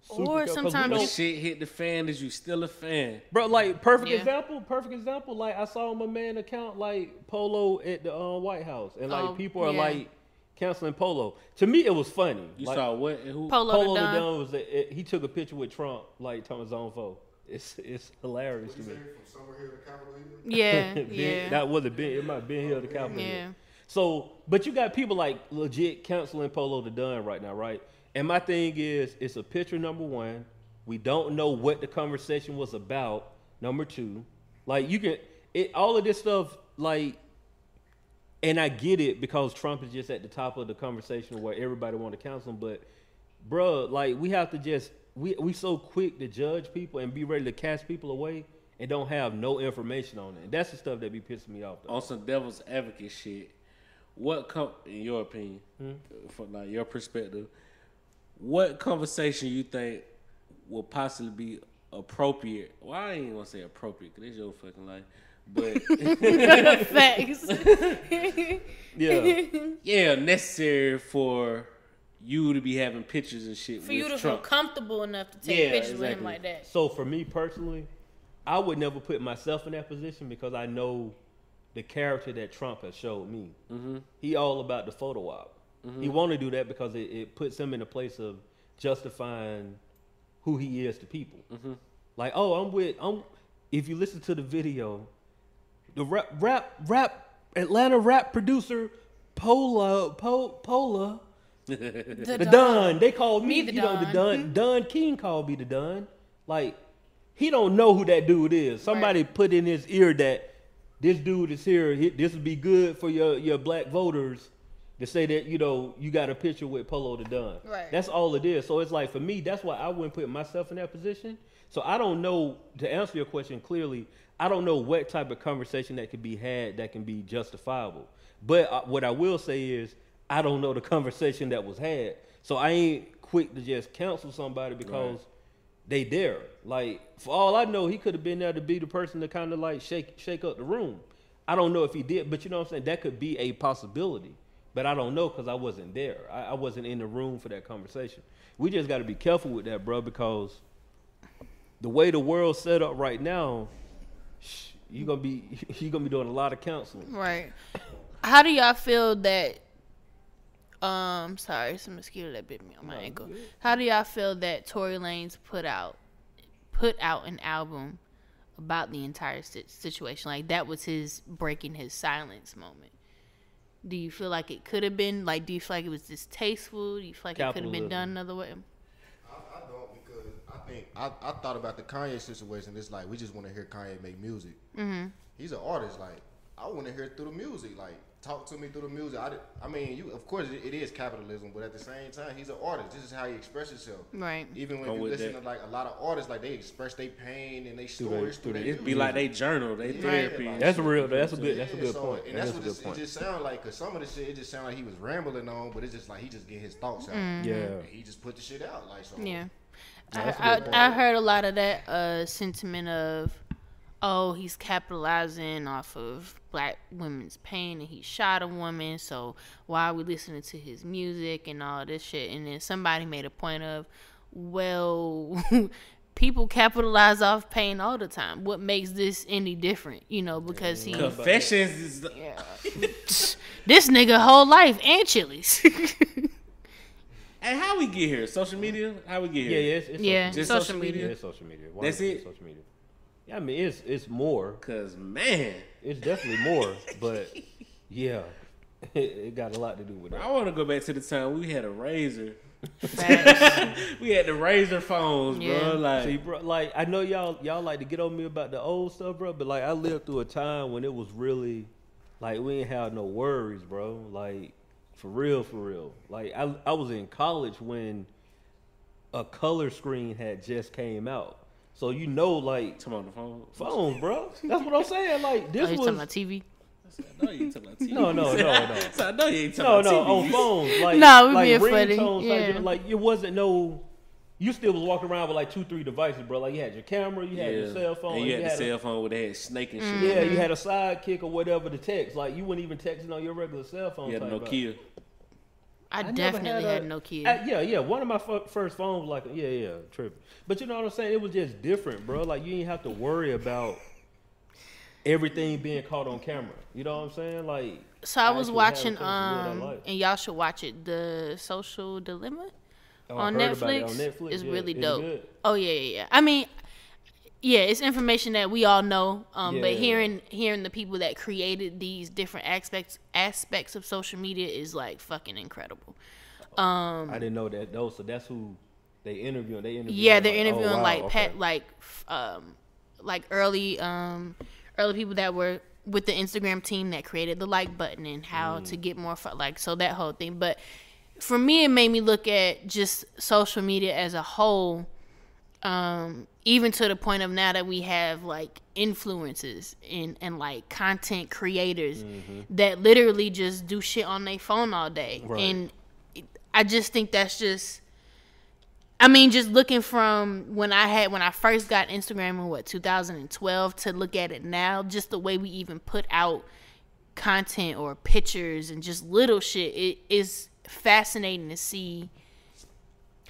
Super
Or
'cause we
sometimes
don't-
you-
When shit hit the fan, is you still a fan?
Bro, like perfect
Yeah.
example, perfect example. Like I saw my man account like Polo at the uh, White House, and like
Oh,
people are
yeah.
like canceling Polo. To me, it was funny.
You
Like,
saw what? and Who?
Polo,
Polo
the Don.
Dunn was the, it, he took a picture with Trump like Thomas Zone foe. It's it's hilarious to me.
from somewhere here to Capitol Hill.
Yeah.
Ben-
yeah.
That was a Ben. It might have been Hill the Cowboy.
Yeah.
So, but you got people like legit counseling Polo the Dunn right now, right? And my thing is, it's a picture number one. We don't know what the conversation was about. Number two, like you can, it all of this stuff, like, and I get it because Trump is just at the top of the conversation where everybody want to counsel him, but bruh, like we have to just we we so quick to judge people and be ready to cast people away and don't have no information on it. And that's the stuff that be pissing me off. Though.
on some devil's advocate shit, what com- in your opinion,
Hmm?
from like your perspective, what conversation you think will possibly be appropriate? Well, I ain't gonna say appropriate because it's your fucking life, but
Facts.
Yeah,
yeah, necessary for you to be having pictures and shit
For
with
you to feel
Trump.
comfortable enough to take
Yeah,
pictures with him
exactly.
like that.
So for me personally, I would never put myself in that position because I know the character that Trump has showed me. He all about the photo op. He want to do that because it, it puts him in a place of justifying who he is to people. Like, oh, I'm with. I'm. If you listen to the video, the rap, rap, rap, Atlanta rap producer Pola, Pol, Pola,
The,
the
Don.
Don. They called me,
Me the
you know, the Hmm? Don.
Don.
Don King called me the Don. Like, he don't know who that dude is. Somebody put in his ear that this dude is here. He- This would be good for your, your black voters to say that, you know, you got a picture with Polo the Don.
Right.
That's all it is. So it's like, for me, that's why I wouldn't put myself in that position. So I don't know, to answer your question clearly, I don't know what type of conversation that could be had that can be justifiable. But uh, what I will say is, I don't know the conversation that was had. So I ain't quick to just counsel somebody because they there. Like for all I know, he could have been there to be the person to kind of like shake shake up the room. I don't know if he did, but you know what I'm saying. That could be a possibility, but I don't know because I wasn't there. I, I wasn't in the room for that conversation. We just got to be careful with that, bro, because the way the world's set up right now, sh- you gonna be you gonna be doing a lot of counseling.
Right. How do y'all feel that? Um, sorry, some mosquito that bit me on my ankle. How do y'all feel that Tory Lanez put out put out an album about the entire si- situation? Like that was his breaking his silence moment. Do you feel like it could have been like? Do you feel like it was distasteful? Do you feel like it could have
Capitalism.
been done another way?
I, I don't because I think I, I thought about the Kanye situation. It's like we just want to hear Kanye make music. Mm-hmm. He's an artist. Like I want to hear it through the music. Like, talk to me through the music. I, did- I mean, you of course it, it is capitalism, but at the same time, he's an artist. This is how he expresses himself.
Right.
Even when
Go
you
with
listen
that.
to like a lot of artists, like they express their pain and they
they-
stories through
through
their
they-
It'd be like they journal, they
Yeah,
therapy.
like-
That's real. That's a good.
Yeah,
That's a good
so-
point.
And that's
That
what
is a
this,
good
it
point.
just sounds like. Cause some of the shit, it just sounded like he was rambling on, but it's just like he just get his thoughts out.
Yeah.
And he just put the shit out. Like so.
Yeah.
that's a
I,
good
I, I heard a lot of that uh, sentiment of, oh, he's capitalizing off of black women's pain and he shot a woman, so why are we listening to his music and all this shit? And then somebody made a point of, well, people capitalize off pain all the time. What makes this any different? You know, because he.
Confessions is
Yeah. this nigga whole life and Chili's.
Hey, how we get here? Social media? How we get
Yeah,
here?
yeah. It's, it's
Yeah.
Social
Just
Social
social,
media.
media.
Yeah, it's social media. Why
That's
is
it?
Social media. Yeah, I mean, it's it's more.
Cause man,
It's definitely more, but yeah, it, it got a lot to do with
I
that.
want to go back to the time we had a razor.
Facts.
we had the razor phones,
Yeah.
bro. Like,
See, bro, like I know y'all y'all like to get on me about the old stuff, bro, but like I lived through a time when it was really like we ain't have no worries, bro. Like for real, for real. Like I I was in college when a color screen had just came out. So you know like
come on the phone.
phone, bro. That's what I'm saying. Like
Oh,
this
you talking about
was
TV?
I know you ain't talking about TV.
No, no, no, no.
so I know you ain't
no,
talking
no,
about
on
TV.
phones. Like,
Nah, we
like
being funny.
ringtones,
Yeah.
Like, like, it wasn't no. You still was walking around with like two, three devices, bro. Like you had your camera, you had your cell phone,
And you had the
a-
cell phone with that snake and shit.
yeah,
Mm-hmm.
you had a sidekick or whatever to text. Like you weren't even texting on your regular cell phone.
You had a
type of-
Nokia.
I,
never
definitely had,
a-
no kids.
Uh, yeah, yeah. One of my f- first phones, was like, yeah, yeah, tripping. But you know what I'm saying? It was just different, bro. Like you didn't have to worry about everything being caught on camera. You know what I'm saying? Like,
So I
I
was
actually had a
watching,
couple of real
um,
life.
and y'all should watch it. The Social Dilemma
oh, I
on,
heard about
Netflix
it on Netflix
is
yeah.
really
Is it
dope.
good?
Oh yeah, yeah, yeah. I mean, yeah, it's information that we all know. Um, but
Yeah.
hearing hearing the people that created these different aspects aspects of social media is like fucking incredible.
I didn't know that though. So that's who they interviewing. They interviewing.
Yeah, they're
like, oh,
interviewing
wow,
like
okay.
pet like f- um like early um early people that were with the Instagram team that created the like button and how
Mm.
to get more fo- like so that whole thing. But for me, it made me look at just social media as a whole. Um, even to the point of now that we have like influences and, and like content creators that literally just do shit on their phone all day.
Right.
And it- I just think that's just I mean, just looking from when I had when I first got Instagram in what 2012 to look at it now, just the way we even put out content or pictures and just little shit, it is fascinating to see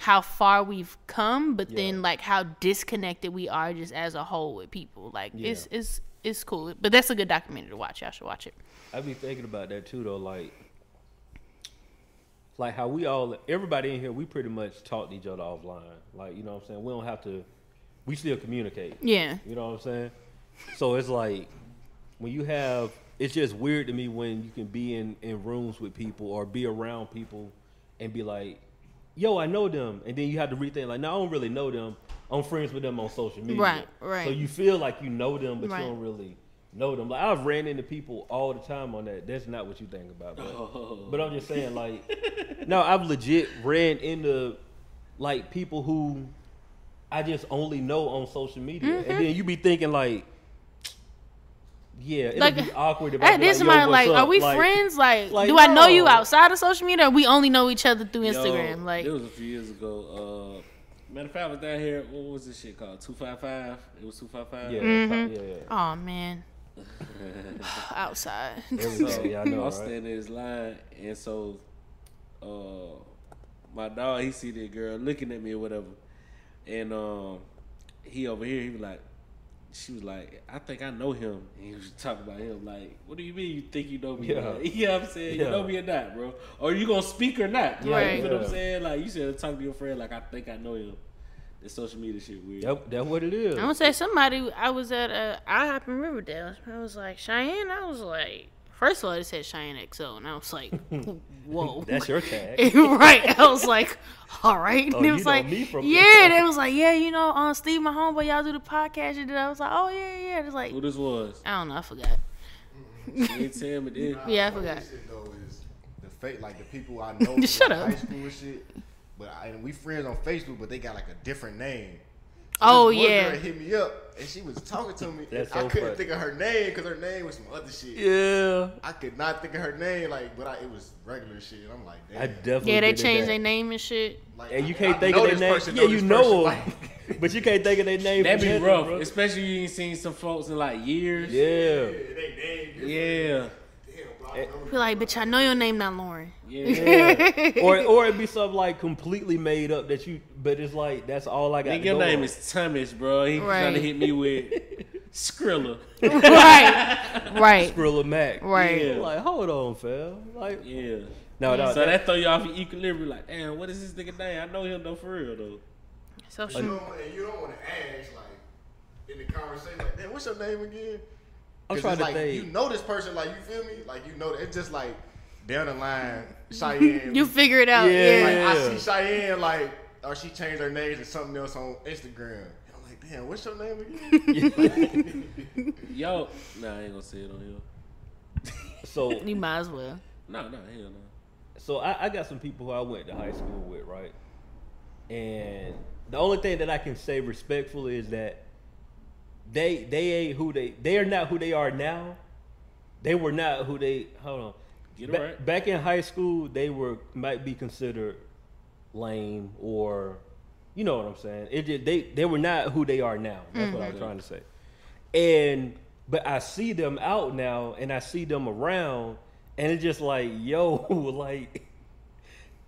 how far we've come, but
Yeah.
then like how disconnected we are just as a whole with people. Like it's it's it's cool, but that's a good documentary to watch. Y'all should watch it.
I be thinking about that too though. Like, like how we all, everybody in here, we pretty much talk to each other offline. Like you know what I'm saying. We don't have to. We still communicate.
Yeah,
You know what I'm saying? So it's like when you have it's just weird to me when you can be in, in rooms with people or be around people and be like, yo, I know them. And then you have to rethink, like, no, I don't really know them. I'm friends with them on social media.
Right, right.
So you feel like you know them, but
Right.
you don't really know them. Like, I've ran into people all the time on that. That's not what you think about, bro. But I'm just saying, like, no, I've legit ran into like people who I just only know on social media,
Mm-hmm.
and then you be thinking like, yeah, it'll
Like,
be awkward. If I
at
be like,
this
yo,
moment,
what's
like,
up?
are we friends? Like,
like,
do I know you
no.
outside of social media? or We only know each other through
Yo,
Instagram. like,
it was a few years ago. Uh, matter of fact, I was down here. What was this shit called? Two five five. It was two five five.
Yeah, yeah, yeah.
Oh man. Outside.
Every day, yeah, I know,
I'm
right?
standing in his line, and so uh, my dog, he see that girl looking at me or whatever, and um, he over here, he was like, she was like, I think I know him, and he was talking about him, like, what do you mean you think you know me?
Yeah.
Yeah, yeah I'm saying
Yeah.
you know me or not, bro, or you gonna speak or not? Like,
Right.
You know what
Yeah.
I'm saying? Like, you should talk to your friend, like, I think I know him. The social media shit weird.
That, that what it is.
I'm gonna say somebody I was at uh IHOP in Riverdale. I was like, Cheyenne, I was like first of all it said Cheyenne XO and I was like, whoa.
That's your tag.
right. I was like, all right. And
Oh,
it
you
was
know
like,
me from
yeah. They was like, yeah, you know, um, Steve, my homeboy, y'all do the podcast. And then I was like, oh yeah, yeah. It's like,
Who this was?
I don't know, I forgot.
She ain't tell me this.
Yeah, I
Oh,
Nah,
forgot.
funny Shit, though, is the fake like the people I know from
Shut
like,
up.
high school and shit. But I, and we friends on Facebook, but they got like a different name. So
Oh,
this one
yeah.
girl hit me up and she was talking to me.
That's
I
so
couldn't
funny.
think of her name because her name was some other shit.
Yeah.
I could not think of her name, like, but I, it was regular shit. And I'm like, damn.
I definitely
Yeah, they
did it
changed
that.
their name and shit.
like,
And you
I-
can't
I
think
know
of their
this
name.
person,
yeah, you
this
know
person,
them, but you can't think of their name.
That'd
from
be
nothing,
rough,
bro.
especially you ain't seen some folks in like years.
Yeah.
Yeah, they name you.
Yeah.
Damn, bro, I remember
Be like, bitch, I know your name not Lauren.
Yeah.
or or it'd be something like completely made up that you, but it's like that's all I got.
Nigga,
to go
your name
on.
is Thomas, bro. He trying to
Right.
hit me with Skrilla.
right, right,
Skrilla Mac.
right.
Yeah.
Like, hold on, fam. Like,
Yeah.
no, no.
So
that-
that throw you off your equilibrium. Like, damn, what is this nigga name? I know him though for real though.
You
Social.
don't, and you don't want to ask, like, in the conversation, like, man, what's your name again?
I'm
'Cause
trying
it's
to
like,
think.
You know this person, like, you feel me? Like, you know, it's just like down the line, Cheyenne.
You figure it out.
Yeah.
Yeah.
like, I
Yeah.
see Cheyenne, like, or she changed her name to something else on Instagram. And I'm like, damn, what's your name again?
Yo, nah, I ain't gonna say it on here.
so
You might as well.
No, no, hell no.
so I, I got some people who I went to high school with, right? And the only thing that I can say respectfully is that they they ain't who they they are not who they are now. They were not who they hold on.
Get it
Ba-
right.
Back in high school, they were might be considered lame or you know what I'm saying. It just, they they were not who they are now. That's what I was trying to say. And but I see them out now and I see them around and it's just like, yo, like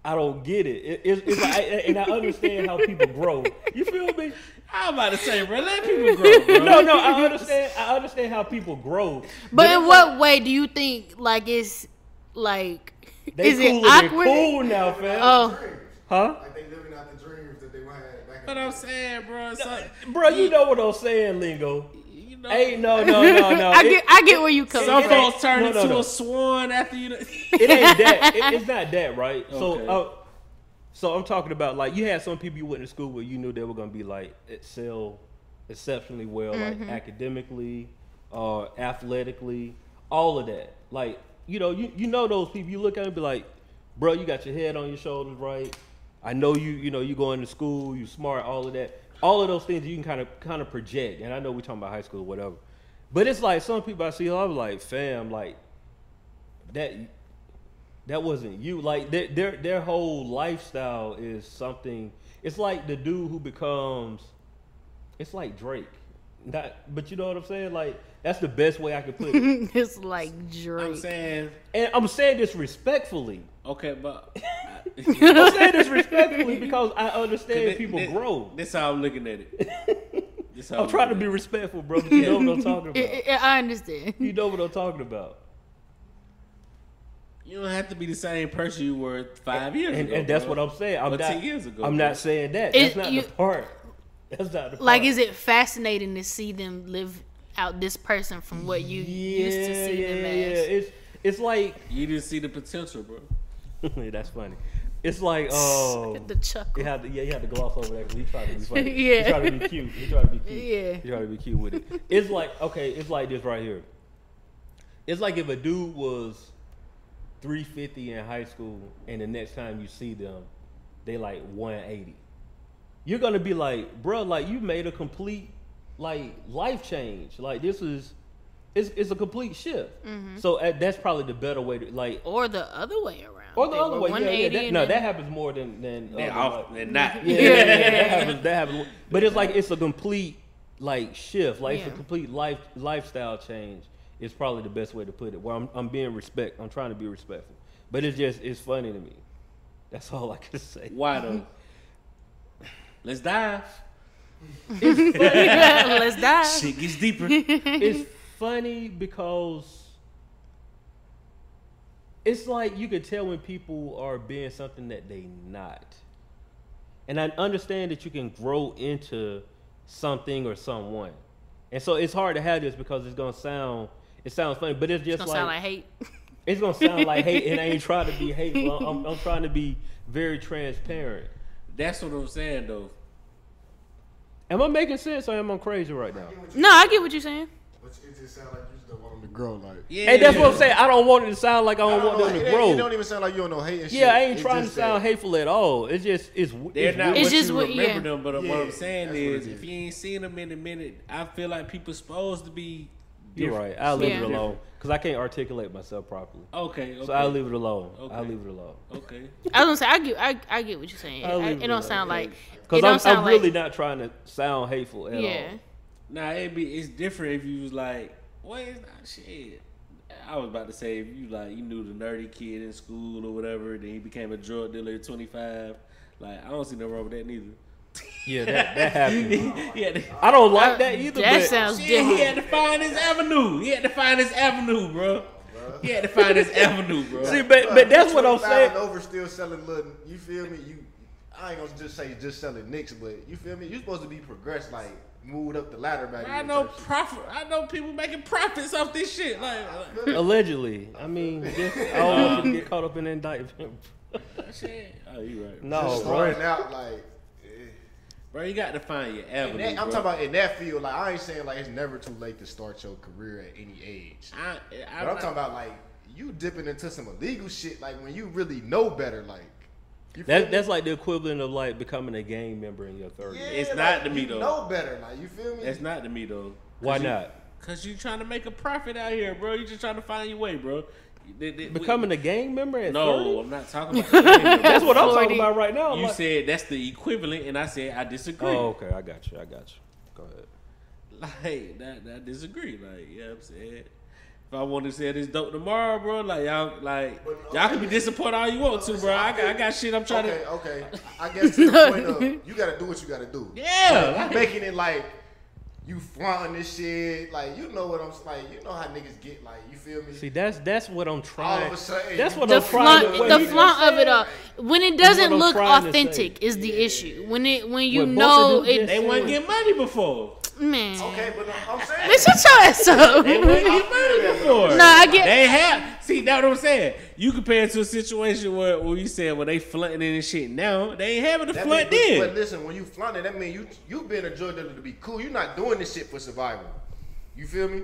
I don't get it. it it's, it's like, I, and I understand how people grow. You feel me?
I'm about to say, bro, let people grow, bro.
No, no, I understand. I understand how people grow.
But
it's like,
in what way do you think like it's like
They
is
cool
it
and they
awkward?
Cool now, fam.
Oh.
Huh?
like, they living out the dreams that they had back in
But
the
I'm
day.
saying, bro, it's like,
Bro, you know what I'm saying, Lingo.
you know,
Ain't no, no, no, no.
I
It-
get I get where you come
some
from.
folks turn
no, no,
into
no.
a swan after you.
it ain't that. It- it's not that, right?
Okay.
So, uh, so I'm talking about like you had some people you went to school with. You knew they were gonna be like excel exceptionally well, like academically, uh, athletically, all of that. Like you know, you you know those people. You look at them and be like, bro, you got your head on your shoulders, right? I know you. You know you going to school. You smart. All of that. All of those things you can kind of kind of project. And I know we're talking about high school, or whatever. But it's like some people I see. I'm like, fam, like that that wasn't you. Like their their their whole lifestyle is something. It's like the dude who becomes. It's like Drake, not. But you know what I'm saying. Like that's the best way I could put it.
it's like
I'm
Drake.
saying,
and I'm saying this respectfully.
okay, but
I'm saying this respectfully because I understand
thi-
people
thi-
grow.
This how I'm looking at it. This how
I'm trying to
looking
be
at it.
respectful, bro. But you know what I'm talking
I-
about.
I- I understand.
You know what I'm talking about.
You don't have to be the same person you were five years
And,
ago.
and that's
bro.
what I'm saying. I'm
Or
not.
10 years ago,
I'm
bro.
not saying that.
It-
That's not
you-
the part. That's not the part.
Like, is it fascinating to see them live out this person from what you used to see them as?
It's it's like
You didn't see the potential, bro.
that's funny. It's like oh,
the chuckle.
you had to, yeah, you had to gloss over that because he tried to be funny.
Yeah.
he tried to be cute. He tried to be cute.
Yeah.
he tried to be cute with it. It's like okay, it's like this right here. It's like if a dude was 350 in high school, and the next time you see them, they like 180. You're gonna be like, bro, like you made a complete like life change. Like this is, it's, it's a complete shift.
Mm-hmm.
So uh, that's probably the better way to like.
Or the other way around.
Or Oh, the
They
other
were
way, yeah, yeah,
180
that,
and
no,
then-
that happens more than than
They
other
off,
way.
they're not.
Yeah, yeah, yeah, that happens. That happens. But it's like it's a complete like shift. Like it's
Yeah.
a complete life lifestyle change. Is probably the best way to put it. Where I'm I'm being respect. I'm trying to be respectful. But it's just it's funny to me. That's all I can say.
Why though? Let's dive.
Let's die.
Shit gets deeper.
it's funny because it's like you could tell when people are being something that they not. And I understand that you can grow into something or someone. And so it's hard to have this because it's gonna sound it sounds funny, but it's just
It's gonna sound like hate.
it's gonna sound like hate and I ain't trying to be hateful. I'm, I'm, I'm trying to be very transparent.
That's what I'm saying though.
Am I making sense or am I crazy right now?
No, I get what you're saying.
But it just sounds like you just don't want them to grow. Like
Yeah.
Hey, that's what I'm saying. I don't want it to sound like I don't, want them
it
to
ain't- It
grow.
don't even sound like you don't know hate and shit.
Yeah, I ain't
It's
trying to
just that-
sound hateful at all. It's just it's w-
They're
it's
not
weird.
It's
what
just
you
what-
remember
yeah.
them, but what
Yeah,
I'm saying
that's what it
is,
is.
if you ain't seen them in a minute, I feel like people supposed to be.
You're
different.
right. I'll leave it
Yeah.
alone because I can't articulate myself properly.
Okay, okay,
So I'll leave it alone. I'll
Okay.
leave it alone.
okay.
I was gonna say I get I, I get what you're saying.
I'll
I,
leave
it
it
don't
at
sound like it
Because
don't
I'm,
sound
I'm
like
really not trying to sound hateful at
yeah.
all.
Nah, it be it's different if you was like, well, it's not shit. I was about to say if you like you knew the nerdy kid in school or whatever, then he became a drug dealer at 25. Like I don't see no wrong with that neither.
Yeah, that, that happened.
yeah, they,
I don't like
Uh,
that either.
that
but
sounds
shit, he
different.
had to find his avenue. He had to find his avenue, bro. He had to find his avenue, bro.
See, but, but that's what I'm
25
saying.
and Over still selling little, you feel me? You, I ain't gonna just say just selling nicks, but you feel me? You supposed to be progressed, like moved up the ladder back.
I
then
know
type shit.
profit. I know people making profits off this shit. Like, like
Allegedly, I mean, just, I don't want you to get caught up in an indictment.
shit. Oh, you right,
no,
Just
bro.
starting out like. eh.
bro. You got to find your avenue.
In that-
bro.
I'm talking about in that field. Like I ain't saying like it's never too late to start your career at any age.
I, I,
But I'm talking about like you dipping into some illegal shit, like when you really know better, like. You feel
That,
me?
that's like the equivalent of like becoming a gang member in your 30s.
Yeah,
It's
like,
not to me,
you
though.
Know better, like you feel me?
That's not to me though. 'Cause
Why
you-
not?
Cause you trying to make a profit out here, bro. You just trying to find your way, bro. They- they- we-
Becoming a gang member at
no,
30?
I'm not talking about. that.
That's what I'm
40.
talking about right now. I'm
You
like-
said that's the equivalent, and I said I disagree.
oh, okay. I got you. I got you. Go ahead.
Like that, I disagree. Like, yeah, I'm saying. If I want to say this dope tomorrow, bro, like y'all, like y'all can be disappointed all you want to, bro. I got, I got shit. I'm trying
Okay,
to.
okay. I guess to the point of you gotta do what you gotta do.
Yeah,
Like,
like-
you making it like you flaunting this shit. Like you know what I'm s- like. You know how niggas get. Like you feel me?
See, that's that's what I'm trying.
All of a sudden,
that's
you
what
The
I'm trying.
flaunt,
to-
the
you know
flaunt
what I'm
of it
saying?
all. When it
What
doesn't
I'm
look
trying to say.
authentic is the issue. When it when you
What both
know
of them
it,
just
They wouldn't get money before.
man.
Okay, but I'm I'm saying.
Man, shut your ass up.
They wouldn't get money before.
No, I get-
They have. See, that's what I'm saying. You compare it to a situation where, where you said, well, they flaunting in and shit now. They ain't having to
That
flaunt
mean, but, but
then.
listen, when you flaunting, that mean you you been a drug dealer to be cool. You're not doing this shit for survival. You feel me?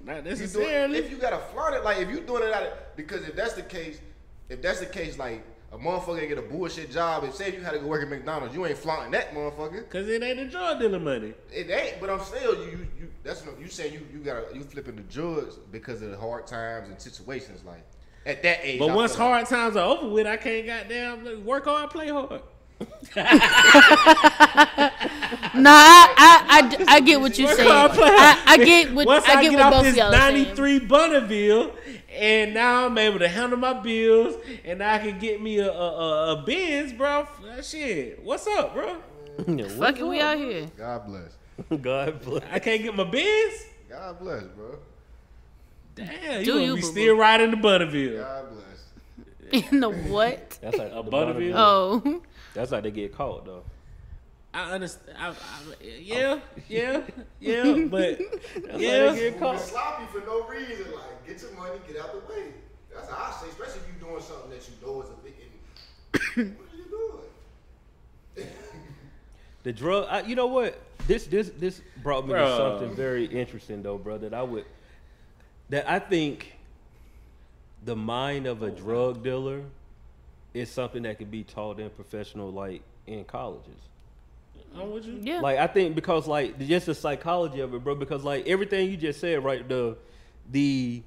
Not
You doing, if
necessarily.
you gotta flaunt it, like if you doing it out of because if that's the case, if that's the case, like a motherfucker get a bullshit job. If say you had to go work at McDonald's, you ain't flaunting that motherfucker.
Because it ain't a drug dealer money.
It ain't, but I'm still you. You, you that's no, you saying you you gotta you flipping the drugs because of the hard times and situations like at that age.
But
I
once
feel
hard
like-
times are over with, I can't goddamn like, work hard, play hard.
Nah, I, I, I d- I get what you're
Work
saying.
hard, play hard.
I, I get what
Once
I get what
off
both
this
of y'all are saying.
93 Bonneville, and now I'm able to handle my bills, and I can get me a, a, a, a Benz, bro. That shit. What's up, bro?
Yeah,
Fuck it, we out here.
God bless,
what- God bless.
I can't get my Benz?
God bless, bro.
Damn, you
Do
gonna
you,
be
boo-boo.
still riding the Bonneville.
God bless.
In the what?
That's like the
Butterfield?
bottom-
Oh,
That's like they get caught though.
I understand. I, I, yeah, yeah, yeah, but yeah.
get
Moving sloppy for no reason. Like, get your money, get out the way. That's how I say, especially if you're doing something that you know is a big. And what are you doing?
The drug. I, you know what? This this this brought me to
Bruh.
something very interesting though, bro. That I would. That I think. The mind of a drug dealer, is something that could be taught in professional, like in colleges.
How would you?
yeah.
Like I think because like just the psychology of it, bro. Because like everything you just said, right? The the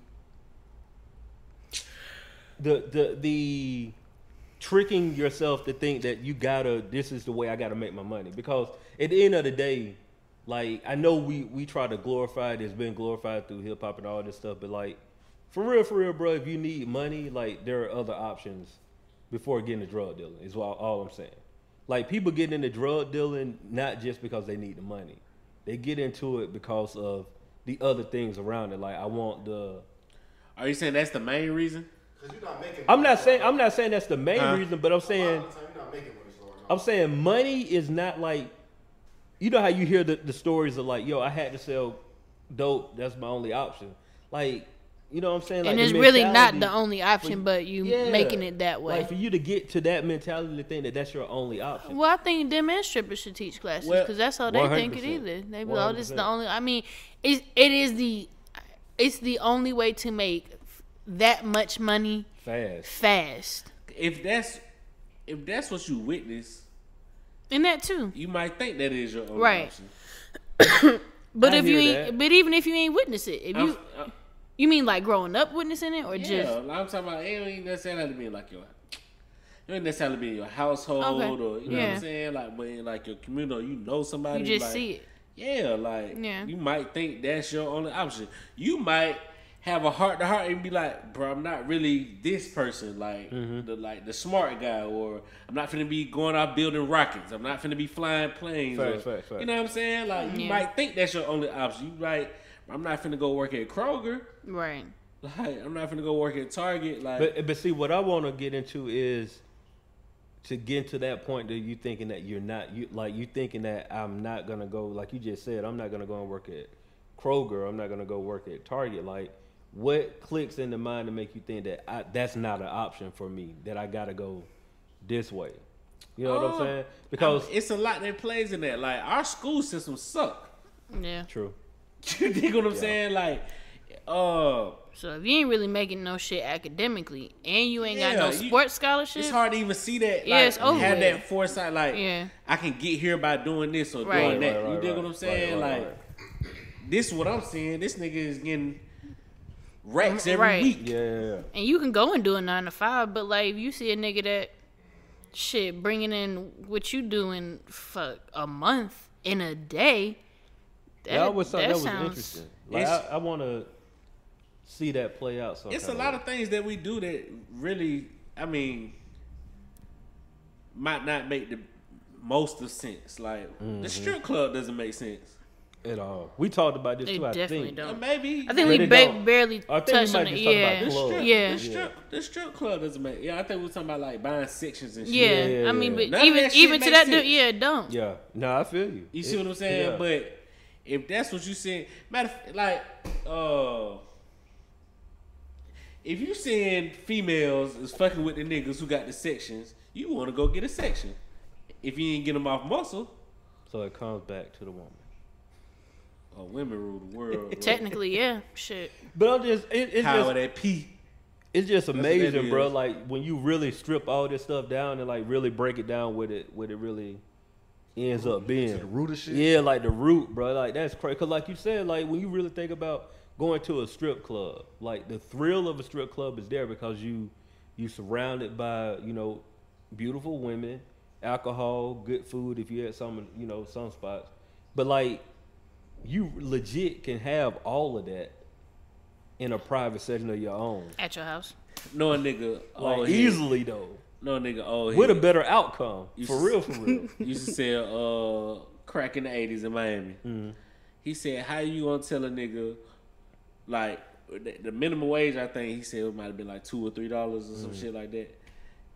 the the the tricking yourself to think that you gotta this is the way I gotta make my money. Because at the end of the day, like I know we we try to glorify it, it's been glorified through hip hop and all this stuff, but like for real, for real, bro, if you need money, like there are other options before getting a drug dealing, is all, all I'm saying. Like people getting into drug dealing not just because they need the money. They get into it because of the other things around it. Like I want the
Are you saying that's the main reason?
Because you're not making.
I'm not saying I'm not saying that's the main
Huh?
reason, but I'm saying
you're not making money, so I'm
I'm saying money is not like you know how you hear the, the stories of like, yo, I had to sell dope, that's my only option. Like You know what I'm saying?
and
the
it's really not
mentality-
the only option, but you
Yeah.
making it that way.
Like for you to get to that mentality to think that that's your only option.
Well, I think them and strippers should teach classes
Well,
because that's how they think it
100%.
either. They be like, oh, this is the
100%.
only. I mean, it, it is the it's the only way to make that much money
Fast.
fast.
If that's if that's what you witness,
And that too.
you might think that is your own
Right.
option.
But
I
if you
hear
ain't,
that.
but even if you ain't witness it, if
I'm,
you
I'm-
you mean like growing up witnessing it or
yeah,
just
I'm talking about. It don't even necessarily be like your. It don't necessarily be your household
Okay.
or you know what
Yeah.
I'm saying, like but in like your community, or you know somebody.
you just
like,
see it.
Yeah, like
Yeah.
you might think that's your only option. You might have a heart to heart and be like, "Bro, I'm not really this person, like
Mm-hmm.
the like the smart guy, or I'm not finna be going out building rockets. I'm not finna be flying planes. or-
Fact, fact, fact.
You know what I'm saying? Like you
Yeah.
might think that's your only option. You like, I'm not finna go work at Kroger.
Right.
Like I'm not finna go work at Target. Like
But but see what I want to get into is to get to that point that you thinking that you're not you like you thinking that I'm not gonna go like you just said I'm not gonna go and work at Kroger I'm not gonna go work at Target like what clicks in the mind to make you think that I, that's not an option for me that I gotta go this way you know what I'm
Oh,
saying because
it's a lot that plays in that. Like our school system suck.
Yeah.
true
you dig what I'm saying? Like, uh.
So if you ain't really making no shit academically, and you ain't
Yeah,
got no
you-
sports scholarship,
It's hard to even see that. Like,
Yeah, it's over with.
Have that foresight, like
Yeah.
I can get here by doing this or
Right.
doing that.
Right, right,
you dig
right,
what I'm saying?
right, right,
like this, what I'm saying. This nigga is getting racks every
Mm, Right.
week.
yeah, yeah, yeah.
and you can go and do a nine to five, but like if you see a nigga that shit bringing in what you doing for a month in a day, that,
yeah I always thought that, was
sounds-
interesting like I,
It's-
I want to see that play out some
It's a
kind
lot
way.
of things that we do that really, I mean, might not make the most of sense. Like
Mm-hmm.
the strip club doesn't make sense.
at all we talked about this
They
too I
definitely
think
don't.
Uh, Maybe
I
But
think we
it
ba-
don't-
barely
I think we
touched on
might
it.
just talk about
Yeah.
the
club.
strip,
Yeah.
the strip, the strip club doesn't make. Yeah, I think we were talking about like buying sections and shit.
yeah,
yeah,
I mean,
yeah.
but
None of
even
that shit
even to
makes
that dude,
sense.
yeah, don't.
Yeah, no, I feel you.
You see
It-
what I'm saying?
yeah.
But if that's what you said, matter of fact, like, uh, if you seeing females is fucking with the niggas who got the sections, you want to go get a section. If you ain't get them off muscle,
so it comes back to the woman.
oh, women rule the world. bro.
Technically, yeah, shit.
But I'm just, it, it's
Power
just,
that P.
it's just
what that
amazing, bro.
is.
Like when you really strip all this stuff down and like really break it down, with it, what it really ends up being.
the root of shit?
Yeah, like the root, bro. Like that's crazy. Cause like you said, like when you really think about going to a strip club, like the thrill of a strip club is there because you you surrounded by you know beautiful women, alcohol, good food. If you had some, you know, some spots, but like you legit can have all of that in a private session of your own,
At your house,
No a nigga
like
old head.
Oh, easily though,
No a nigga oh, old
with a
head.
better outcome.
You
for
s-
real, for real.
used to sell uh, crack in the eighties in Miami.
Mm-hmm.
He said, "How you gonna tell a nigga like the, the minimum wage? I think he said it might have been like two or three dollars or some
Mm.
shit like that.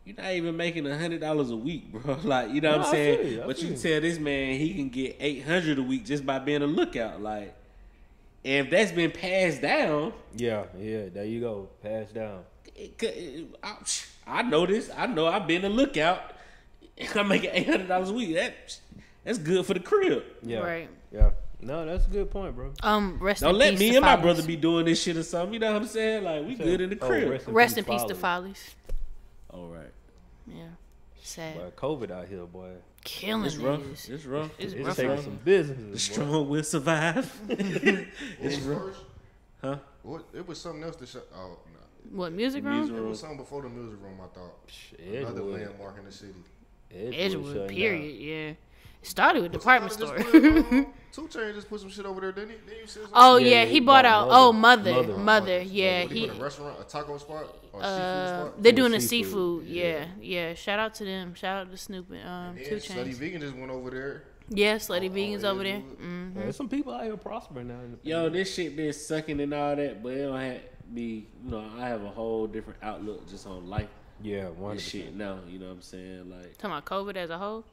You're not even making a hundred dollars a week, bro. Like you know
No,
what
I
I'm saying?
feel you, I
but you
feel you.
tell this man he can get eight hundred a week just by being a lookout. Like, and if that's been passed down,
yeah, yeah. There you go. Pass down.
it could- it- I, I know this. I know I've been a lookout. I'm making eight hundred dollars a week. That that's good for the crib.
Yeah.
right?
Yeah. No, that's a good point, bro.
Um, rest.
Don't
in
let
peace
me
to
and my
Follies.
brother be doing this shit or something. You know what I'm saying? Like we good in the
Oh,
crib.
Rest in peace to
Follies.
Follies.
All right,
Yeah, sad,
Boy, COVID out here, boy.
killing
it's rough.
niggas.
It's rough.
It's
It's
rough
taking
out
some
here.
The
business. boy.
strong will survive.
It's real.
Huh?
What? It was something else to show. Oh no.
What music room?
Music
It
room.
was something before the music room. I thought
Psh,
another
Edgewood.
landmark in the city.
shutting down.
Edgewood, period. Yeah, it started with department
Just
store.
put, um, Two Chainz just put some shit over there. Then he, then you said something?
oh
Yeah,
yeah,
yeah,
he,
he
bought
bought
out.
Mother.
Oh mother,
Mother.
mother. Yeah,
What, he,
he.
put a restaurant, a taco spot, or
Uh,
seafood spot.
they're doing
Yeah,
a
seafood.
seafood. Yeah, yeah. Shout out to them. Shout out to Snoop and um, Two
Yeah, Slutty
Chainz.
Vegan just went over there.
Yeah, Slutty
Oh,
Vegans
oh,
over there.
Edgewood.
Mm.
There's some people out here prospering now. In the
Yo, this shit been sucking and all that, but it don't have me. You know, I have a whole different outlook just on life
yeah, one
and shit now. You know what I'm saying? Like,
Talking about COVID as a whole.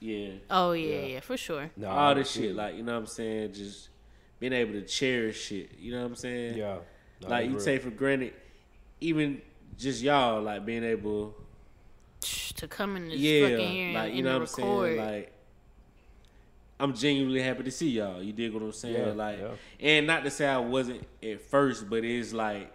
yeah,
Oh yeah,
Yeah.
yeah, for sure.
No,
all this shit. Like, you know what I'm saying? Just being able to cherish shit. You know what I'm saying?
yeah, No,
like you
real.
take for granted, even just y'all like being able,
to come in this
yeah,
fucking here and,
like you
and
know what I'm
record.
saying. Like I'm genuinely happy to see y'all. You dig what I'm saying?
Yeah,
like,
yeah.
and not to say I wasn't at first, but it's like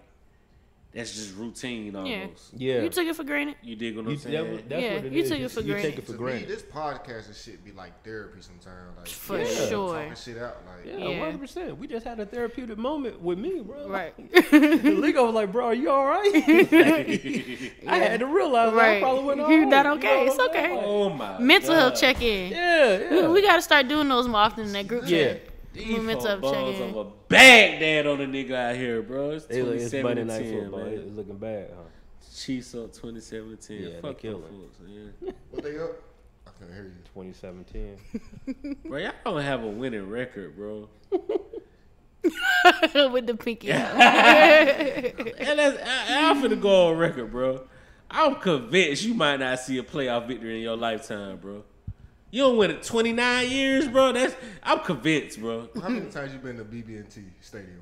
that's just routine almost.
Yeah.
yeah,
You took it for granted.
You dig what I'm
You- that
saying?
was- that's
Yeah,
what it
you
is.
took it for
You take
granted.
it for
to me,
granted.
this podcast and shit be like therapy sometimes. Like
For
yeah,
sure.
talking shit out. Like
Yeah,
Yeah.
100%. We just had a therapeutic moment with me, bro.
Right.
Ligo was like, bro, are you all right? I had to realize that I
Right.
probably went on.
You're not okay. It's
what I'm saying?
okay.
Like,
oh my
mental
God.
health check in.
yeah, yeah.
We got to start doing those more often in that group
Yeah.
chat.
These
Mental
four
health
balls
check-in.
of a Baghdad on a nigga out here, bro. It's
It look-
27
it's Monday
to
night
10,
football.
man.
It- It's looking bad, huh?
Chiefs up 27 to 10.
Yeah, they
Fuck them
killing.
folks, man.
what they up? I can hear you.
2017.
bro, y'all don't have a winning record, bro.
with the pinky. out.
And that's, I, I'm finna go on record, bro. I'm convinced you might not see a playoff victory in your lifetime, bro. You don't win it 29 years, bro. That's I'm convinced, bro.
How many times you been to BB&T Stadium?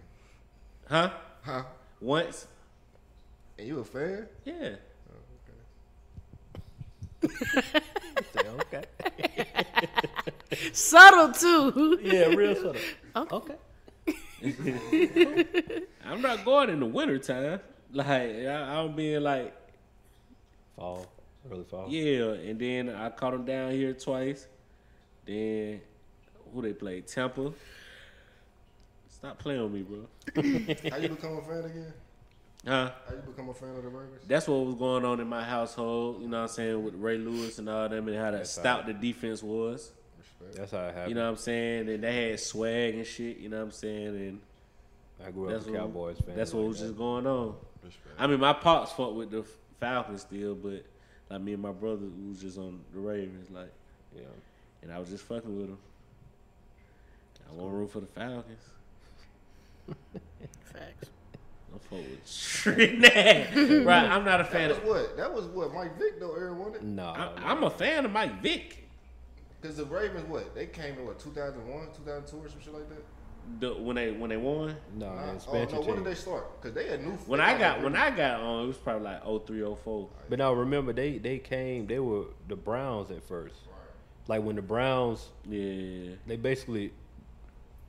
Huh?
Huh?
Once?
And you a fan?
Yeah.
okay.
Subtle too.
Yeah, real subtle.
Okay.
Okay.
I'm not going in the wintertime. Like I, I'm being like
Fall. Early fall.
Yeah, and then I caught them down here twice. Then who they played? Temple. Stop playing with me, bro.
How you become a fan again?
Huh?
How you become a fan of the Ravens?
That's what was going on in my household. You know what I'm saying with Ray Lewis and all them, and how that stout the defense was.
Respect.
That's how it happened.
You know what I'm saying, and they had swag and shit. You know what I'm saying, and
I grew up
that's
a
what
Cowboys fan.
that's what
like
was
that.
just going on.
Respect.
I mean, my pops fought with the Falcons still, but like me and my brother who was just on the Ravens, like.
Yeah.
and I was just fucking with him. I won't root for the Falcons.
Facts.
I'm fuck with Trinidad. right, I'm not a fan
That was
of.
what? That was what Mike Vick though. Aaron wanted
No.
I, I'm a fan of Mike Vick.
because the Ravens what? They came in what 2001, 2002 or some shit like that.
The, when they when they won,
no,
Nah,
the
oh
expansion
no, when
team.
did they start? Because they had new.
when I got when I got on, it was probably like 03, 04.
But now remember, they they came. They were the Browns at first. Like when the Browns,
Yeah,
they basically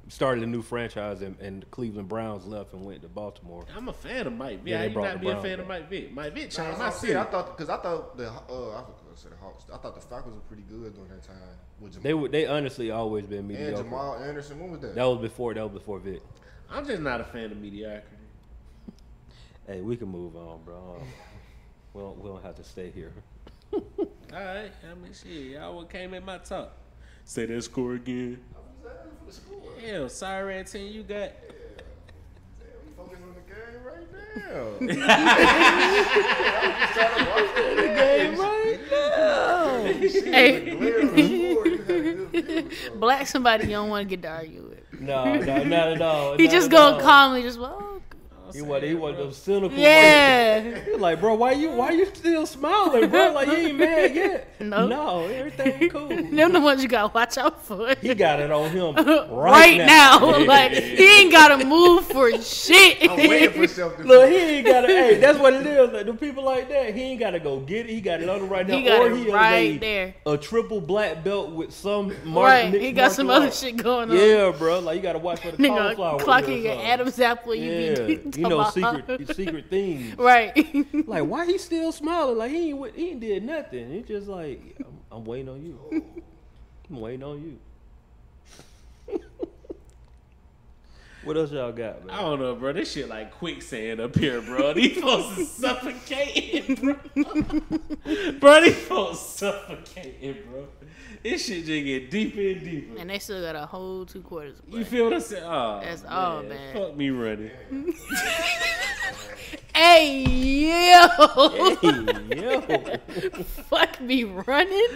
started a new franchise, and, and the Cleveland Browns left and went to Baltimore.
I'm a fan of Mike Vick.
Yeah,
How
they
you
brought
not
the
be a
Browns
fan of
back.
Mike Vick? Mike Vick
Nah,
changed
that's
my
what I'm saying.
city.
I thought because I thought the uh, I was gonna say the Hawks. I thought the Falcons were pretty good during that time. With Jamal
They were they honestly always been
and
mediocre.
Jamal Anderson. When was that?
That was before. That was before Vic.
I'm just not a fan of mediocrity.
Hey, we can move on, bro. Um, We don't we don't have to stay here.
All right, I mean shit, y'all what came at my top. Say that score again.
For the score.
Hell, sorry, Anton, you got
Damn, we focus on the game right now. Yeah, I'm just trying to watch the game right now. Shit,
Hey.
the glare on the floor, you had a good view, so.
Black somebody you don't want to get to argue with.
No, no, not at all.
He
not
just
at
gonna
all.
calmly just well.
He was he was those cynical.
Yeah.
He was like, bro, why you why you still smiling, bro? Like you ain't mad yet.
No.
no, everything cool.
Them the ones you gotta watch out for.
He got it on him right,
right, now. like he ain't gotta move for shit.
I'm waiting for something.
Look, he ain't gotta. hey, that's what it is. Like, the people like that, he ain't gotta go get it. He got it on him right now,
he got
or he
it
is
right
a,
there.
a triple black belt with some mark.
Right.
mixed
He got some
martial
other
arts.
shit going on.
Yeah, bro. Like you gotta watch for the
Nigga,
cauliflower.
clocking
ear or
your
something.
Adam's apple. You
Yeah,
be
you know secret secret things.
Right.
Like why he still smiling? Like he ain't wa- he ain't did nothing. He just like I'm, I'm waiting on you. I'm waiting on you. what else y'all got,
I
man?
don't know, bro. This shit like quicksand up here, bro. These folks is suffocating, bro. bro, these folks suffocating, bro. This shit just get deeper and deeper.
And they still got a whole two quarters. of play.
You feel what I'm saying? Oh,
That's
man,
all bad.
Fuck me running.
Hey yo,
Hey, yo.
fuck me running.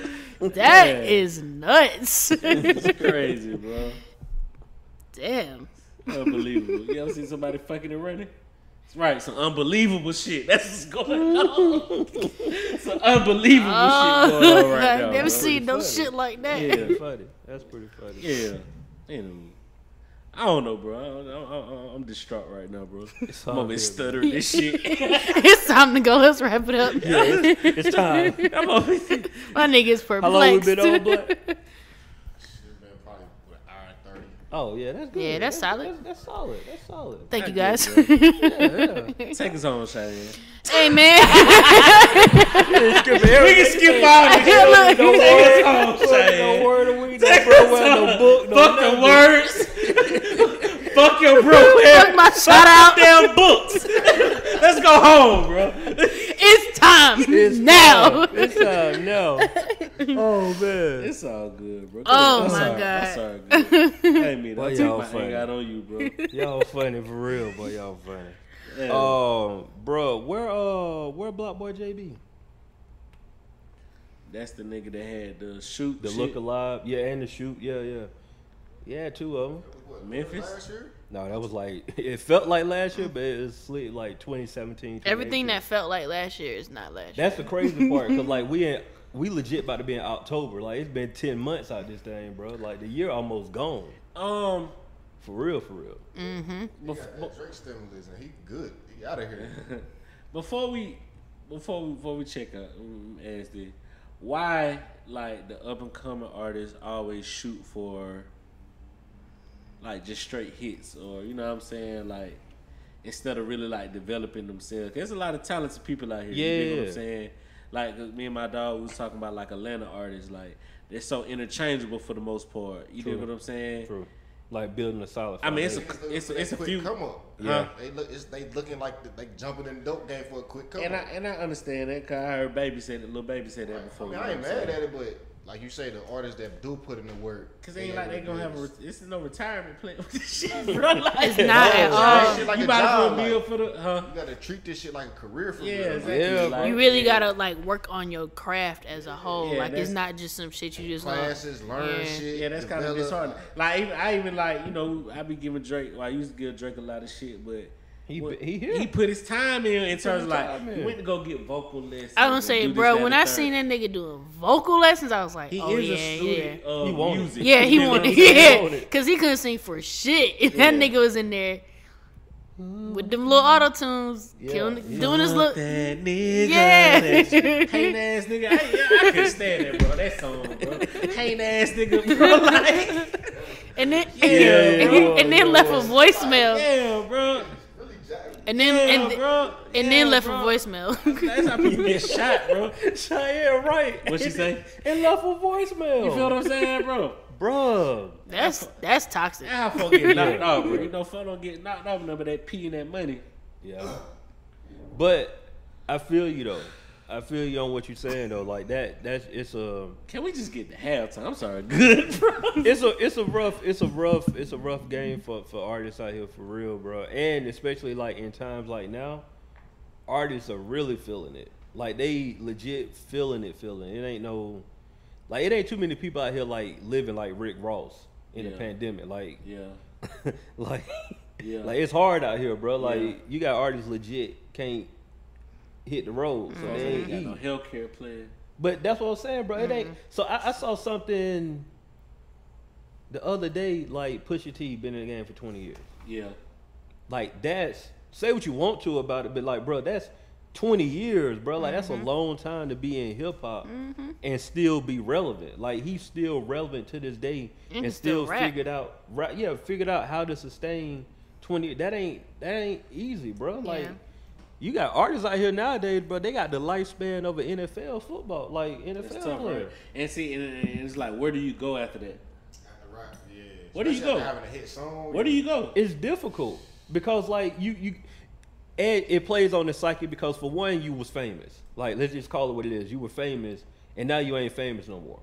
That
Yeah.
is nuts.
This is crazy, bro.
Damn.
Unbelievable. You ever seen somebody fucking and running? That's right. Some unbelievable shit. That's what's going on. Some unbelievable shit going on right
Oh, I've
now.
never
bro.
seen no
funny.
shit like that.
Yeah.
funny. That's pretty funny.
Yeah. Ain't no- I don't know, bro. I don't, I don't, I am distraught right now, bro.
It's
I'm
all
over here
good,
stuttering this shit.
it's time to go. Let's wrap it up.
It's time.
I'm over here.
My nigga's perplexed.
How long we been on, Black?
It's been probably what, an hour and thirty.
Oh yeah, that's good.
Yeah, that's solid.
That's, that's solid. That's solid.
Thank you
I
guys.
get it,
Yeah,
Take us home, Shane.
hey man,
We can skip all this.
Look,
Take us home,
no
Shane.
word of week, no farewell, no book, no
Fuck
nothing.
the words. Fuck your bro.
fuck my shout out.
Damn books. Let's go home, bro.
It's time
It's
now.
time. It's time now. Oh man.
It's all good, bro.
Oh,
I'm
my
sorry.
God.
I'm sorry, good. Hey, man,
Why
I
y'all
took my
funny?
hang out on you, bro.
Y'all funny for real, boy. Y'all funny.
Yeah.
Um, bro, where uh, where Block Boy JB?
That's the nigga that had the shoot.
The
shit.
look alive, yeah, and the shoot, yeah, yeah, yeah, two of them.
What,
Memphis?
Last year?
No, that was like it felt like last year, but it was slick like 2017. 2018.
Everything that felt like last year is not last year.
that's the crazy part because like we in, we legit about to be in October. Like it's been 10 months out this thing, bro. Like the year almost gone
Um,
for real, for real.
He got that Drake stimulus and he good. He out of here.
before we, before we, before we check out, mm, ask this: Why, like, the up and coming artists always shoot for, like, just straight hits, or you know what I'm saying, like, instead of really like developing themselves? 'Cause There's a lot of talented people out here. You dig what
Yeah.
I'm saying? Like 'cause me and my dog we was talking about like Atlanta artists, like they're so interchangeable for the most part. You
True.
dig what I'm saying?
True. Like building a solid.
I mean, it's a
foundation.
Niggas look-
it's a-
they
it's a
quick
few-
come up.
Yeah.
Huh? They look. It's, they looking like the, like jumping in the dope game for a quick come
And I
up.
and I understand that because I heard baby say that little baby said that
I,
before.
mean,
you
I
know
ain't
what I'm
mad
saying?
at it, but like you say, the artists that do put in the work,
Cause they ain't
got
like they gonna
what it
have a.
is.
Re- this is no retirement plan with this shit, bro. Like,
It's not at all.
that Oh, shit like
you
a
about to
job,
put a bill for the huh?
You gotta treat this shit like a career for
Yeah,
real.
exactly.
Yeah,
like,
You really gotta like work on your craft as a whole.
Yeah,
like it's
that's-
not just some shit you just uh, gonna-
Classes, learn
Yeah.
shit.
Yeah, that's kind of
develop.
disheartening. Like even, I even like you know I be giving Drake. Well, I used to give Drake a lot of shit, but
He-
what-
he here.
put his time in in terms of like
time in.
he went to go get vocal lessons.
I don't
and
say,
do this, that,
bro.
and
When
the
I
third.
seen that nigga doing vocal lessons, I was like,
he
oh
is
yeah,
a
yeah.
student of
He wanted it.
music.
Yeah, he
You know what I'm
wanted,
saying?
yeah,
wanted.
because he couldn't sing for shit. And that
Yeah.
nigga was in there with them little auto tunes,
Yeah.
killing,
You
doing his look.
That nigga,
Yeah.
that shit. Hating ass nigga. I, I, I couldn't stand that, bro. That song, bro. Hating ass nigga, bro. Like,
And then,
Yeah,
and,
yeah,
and then
yeah.
left a voicemail,
yeah, bro.
Really jacked.
and then
Yeah,
and,
bro.
and
Yeah,
then left
bro.
a voicemail.
That's how people get shot, bro.
Cheyenne, right?
What she say?
And left a voicemail.
You feel what I'm saying, bro?
Bro,
that's that's toxic.
That's how folk get knocked off, bro. You know, folk don't get knocked off number that pee and that money.
Yeah. But I feel you though. I feel you on what you're saying though. Like that that's it's a
Can we just get the halftime? I'm sorry, good, bro.
it's a it's a rough it's a rough it's a rough game for, for artists out here for real, bro. And especially like in times like now, artists are really feeling it. Like they legit feeling it, feeling it. It ain't no like it ain't too many people out here like living like Rick Ross in the
Yeah.
pandemic. Like
Yeah,
like,
Yeah.
like it's hard out here, bro. Like
Yeah.
you got artists legit can't hit the road, so they
Mm-hmm. ain't
ain't
got no
eat.
healthcare plan.
But that's what I'm saying, bro. It ain't. So I, I saw something the other day, like Pusha T been in the game for 20 years.
Yeah,
Like that's say what you want to about it, but like, bro, that's 20 years, bro. Like that's a long time to be in hip hop and still be relevant. Like he's still relevant to this day and,
can still
still,
rap.
figured out, right? Yeah, figured out how to sustain 20. That ain't that ain't easy, bro. Like.
Yeah.
You got artists out here nowadays, bro. They got the lifespan of an NFL football, like
that's
NFL
tough,
player.
right? And see, and, and it's like, where do you go after that?
After rap, yeah.
Where do you go?
Especially after Having a hit song.
Where do you go?
it's difficult because like you you and it plays on the psyche because for one you was famous like let's just call it what it is you were famous and now you ain't famous no more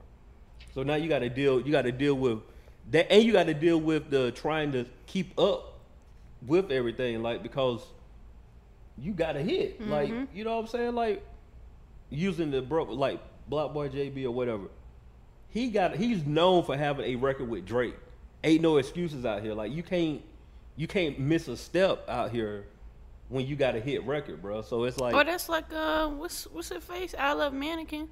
so now you got to deal you got to deal with that and you got to deal with the trying to keep up with everything like because you got to hit like you know what i'm saying like using the bro like block boy jb or whatever he got he's known for having a record with Drake. Ain't no excuses out here. Like you can't you can't miss a step out here when you
Oh,
got a hit record, bro. So it's like
Or that's like uh, what's what's her face? I love mannequin.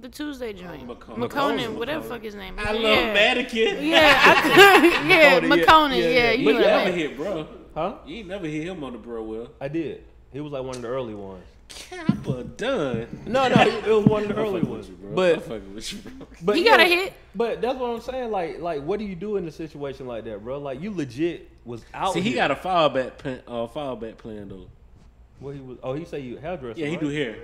The Tuesday joint.
Oh, McConan.
Mcconan, whatever the fuck his name is.
I love
yeah.
mannequin. Oh,
Yeah, I, yeah,
McConan, yeah.
McConan, yeah,
Yeah, yeah.
you
But
know
you never
that.
hit, bro.
Huh?
You ain't never hit him on the bro well.
I did. He was like one of the early ones.
Kappa done.
No, no, it was one of the early ones.
I'm
But
fucking with you, bro.
but
He
you
got a
know,
hit.
But that's what I'm saying. Like like, what do you do in a situation like that, bro? Like you legit was out.
See, he
here.
got a foul back, plan, uh, foul back plan though.
Well, he was. Oh, he say you hairdresser.
Yeah, he
right?
do hair.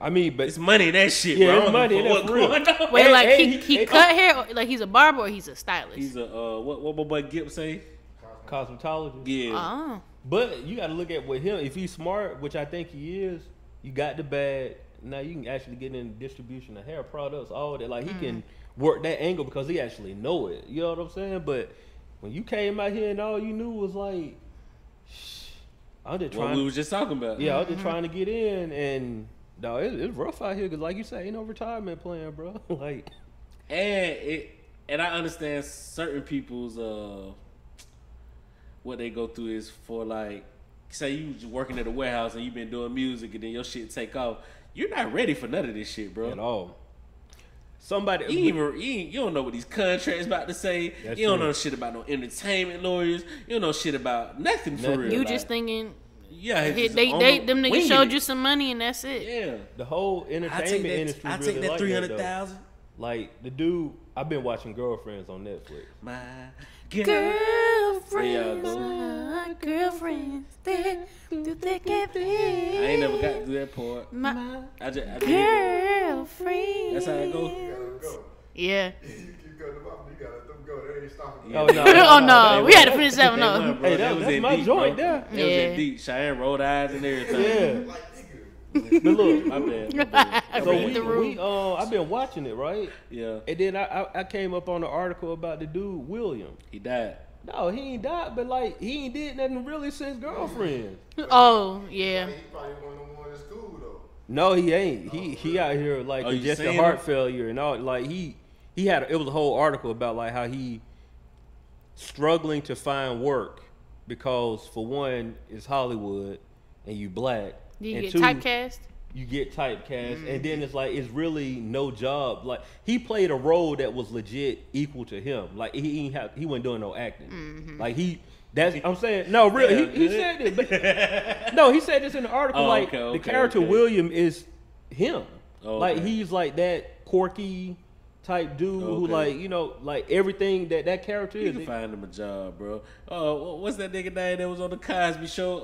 I mean, but
It's money in that shit,
Yeah,
bro. I
it's
don't
money
give a
in
fuck
that for real.
what's going on.
Wait,
Hey,
like
hey,
he, he
hey,
cut hair, or- like he's a barber or he's a stylist.
oh. He's a uh, what what my boy Gibb say?
cosmetologist.
Yeah,
oh,
But you got to look at with him. If he's smart, which I think he is, you got the bag. Now you can actually get in distribution of hair products, all that. Like he can
Mm-hmm.
work that angle because he actually know it. You know what I'm saying? But when you came out here and all you knew was like, shh, I'm just
what
trying.
we was just talking about.
yeah, I'm just trying to get in, and no, it, it's rough out here because, like you say, ain't no retirement plan, bro. like,
and it and I understand certain people's uh what they go through is for like say you was working at a warehouse and you've been doing music and then your shit take off. You're not ready for none of this shit, bro.
at all. Somebody,
You ain't even you, ain't- you don't know what these contracts about to say.
That's
you don't
true.
know shit about no entertainment lawyers. You don't know shit about nothing for
Nothing.
real.
you
like,
just thinking
yeah, it's
they
just
they,
on
they
the-
them niggas
winging
showed
it.
you some money and that's it.
Yeah,
the whole
I
entertainment
take that.
industry.
I
really
take that
like
three
though.
hundred thousand.
Like the dude, I've been watching Girlfriends on Netflix.
My girl.
Girlfriends,
They are
my Uh, girlfriends, they do thick and
I
thin.
ain't never got to that part.
my
I just, I just
girlfriend.
That's how it go.
go.
Yeah.
You keep cutting them off, you gotta let them go. They ain't stopping.
Oh, no.
oh no,
They
we had to
won.
finish that one
They
up.
won, bro.
Hey, that-
was
that's
in
my
deep,
joint
bro.
there.
That was in
Yeah.
deep. Cheyenne rolled eyes and everything.
Yeah,
Like, nigga.
but look.
My bad. my bad.
So
Read
we,
the room.
we uh, I've been watching it right,
Yeah,
and then I, I I came up on an article about the dude William.
he died.
No, he ain't died, but like he ain't did nothing really since Girlfriends.
Oh yeah.
He probably one of the ones that's cool, though.
No, he ain't. He he out here like
Oh, you
congestive
saying
heart
it?
failure and all. Like he he had it was a whole article about like how he struggling to find work because for one it's Hollywood and you black
You
and
get
two,
typecast.
you get typecast
Mm-hmm.
and then it's like it's really no job like he played a role that was legit equal to him like he ain't have, he wasn't doing no acting
Mm-hmm.
like he that's I'm saying no real
Yeah,
he, he
good.
said it but no he said this in the article
Oh,
like
okay,
the
okay,
character
okay.
William is him
Oh,
like
okay.
he's like that quirky type dude who
Okay.
like you know like everything that that character
You
is
can find him a job, bro. Uh, wha- what's that nigga name that was on the Cosby Show?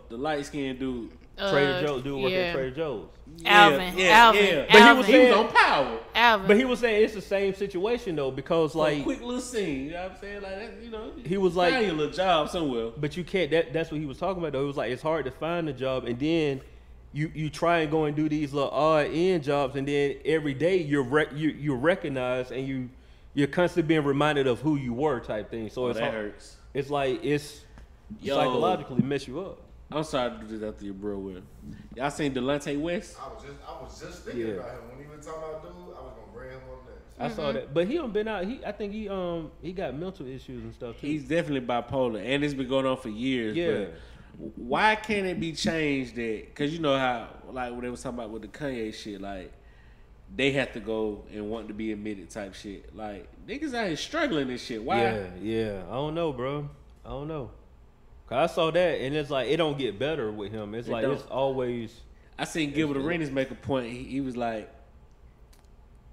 Uh, the light skinned dude.
Trader
Uh,
Joe's dude working
yeah.
at Trader Joe's
Alvin, Alvin,
he
Alvin,
was
He was
saying-
on Power.
Alvin.
but he was saying it's the same situation though because
Like
like
quick little scene. You know what I'm saying? Like that, you know.
He was like-
find you a little job somewhere.
But you can't. That, that's what he was talking about. Though it was like it's hard to find a job, and then you you try and go and do these little odd end jobs, and then every day you're rec- you you're recognized and you you're constantly being reminded of who you were type thing. So
Oh,
it's
that
hard-
hurts.
it's like it's
Yo.
psychologically mess you up.
I'm sorry to do that to your bro. Will. Y'all seen Delonte West?
I was just, I was just thinking
Yeah.
about him when he was talking about dude. I was gonna bring him up next.
I saw that, but he done been out. He I think he um he got mental issues and stuff too.
He's definitely bipolar, and it's been going on for years.
Yeah.
But why can't it be changed? That because you know how like when they was talking about with the Kanye shit, like they have to go and want to be admitted type shit. Like niggas out here struggling and shit. Why?
Yeah, yeah. I don't know, bro. I don't know. Cause I saw that, and it's like it don't get better with him. It's
It
like it's
don't.
always.
I seen Gilbert Arenas make a point. He, he was like,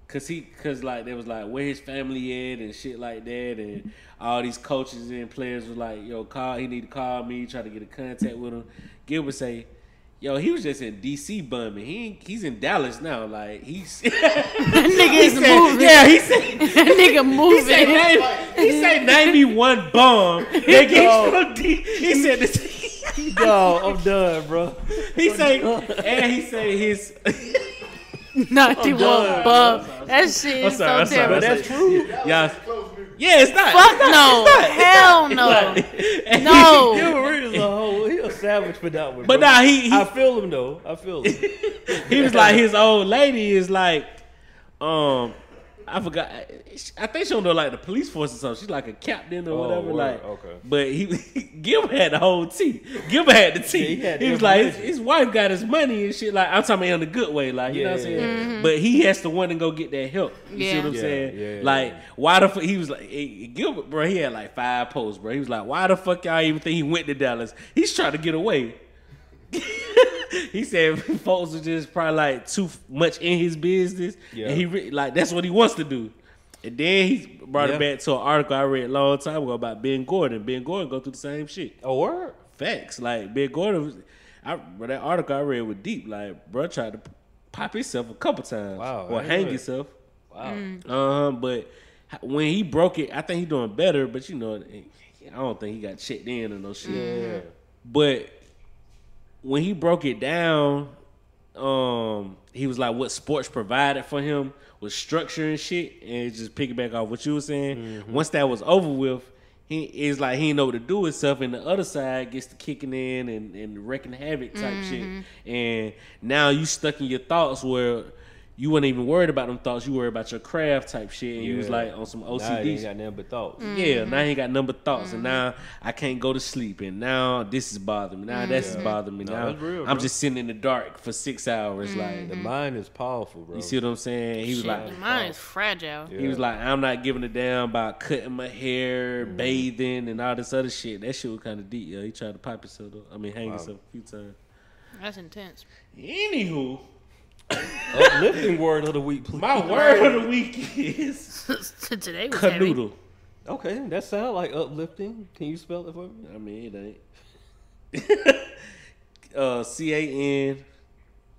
cause he, cause like there was like where his family at and shit like that, and all these coaches and players was like, yo, call. He need to call me, try to get in contact with him. Gilbert say. Yo, he was just in D.C. bumming. He ain't- he's in Dallas now. Like he's
that nigga
he
is
said,
moving.
yeah, he said
That nigga
he said,
moving.
"Nine- he said ninety one bum. Nigga, he's from D. He said this.
Yo, I'm done, bro.
He say and he say his.
Not the
done.
one bum. That shit
I'm
is
sorry, I'm
so
sorry.
terrible.
But that's true.
Y'all,
Close me.
yeah, it's not.
Fuck no. Hell no. No.
Gilbert Arenas a whole he a savage for that one.
But
bro.
nah, he- he-
I feel him though. I feel him.
he was like his old lady is like, um, I forgot. I think she don't know like the police force or something. She's like a captain or
Oh,
whatever.
word.
Like,
Okay.
But he, Gilbert had the whole tea. Gilbert had the
Yeah,
tea.
he had
he
the
was like, his,
information.
his wife got his money and shit. Like, I'm talking about in a good way. Like, you know what I'm
Yeah.
saying? But he has to want to go get that help. You
Mm-hmm.
see
Yeah.
what I'm
Yeah,
saying?
yeah, yeah.
like, why the fuck? He was like, eh, Gilbert, bro, he had like five posts, bro. He was like, why the fuck y'all even think he went to Dallas? He's trying to get away. he said folks was just probably like too f- much in his business,
Yeah.
and he re- like that's what he wants to do. And then he brought
Yeah.
it back to an article I read a long time ago about Ben Gordon. Ben Gordon go through the same shit.
A word?
Facts like Ben Gordon. Was, I but that article I read was deep. Like bro tried to pop himself a couple times
Wow,
or
I
hang
heard.
himself.
Wow.
Uh huh. But h- when he broke it, I think he doing better. But you know, I don't think he got checked in or no shit.
Yeah.
But when he broke it down, um, he was like, "What sports provided for him was structure and shit." And it's just piggyback off what you were saying.
Mm-hmm.
Once that was over with, he is like he didn't know what to do with stuff, and the other side gets to kicking in and and wrecking havoc type shit. And now you stuck in your thoughts where. You weren't even worried about them thoughts. You worried about your craft type shit, and you was
Yeah.
like on some
Nah,
OCD.
I ain't
shit.
got nothing but thoughts.
Yeah, now he ain't got number thoughts, and now I can't go to sleep, and now this is bothering me. Now that's is bothering me.
No,
now
that's real,
I'm
bro.
just sitting in the dark for six hours.
The
Like,
mind is powerful, bro.
you see what I'm saying? He was
Shit,
like,
your mind is fragile.
Yeah.
he was like, I'm not giving a damn about cutting my hair, bathing, and all this other shit. That shit was kind of deep. Yeah, he tried to pop himself. Though. I mean, hang himself a few times.
That's intense.
Anywho,
Uplifting word of the week, please.
my word of the week is
Today was heavy.
canoodle.
Okay, that sound like uplifting. Can you spell it for me?
I mean, it ain't. uh, C A N,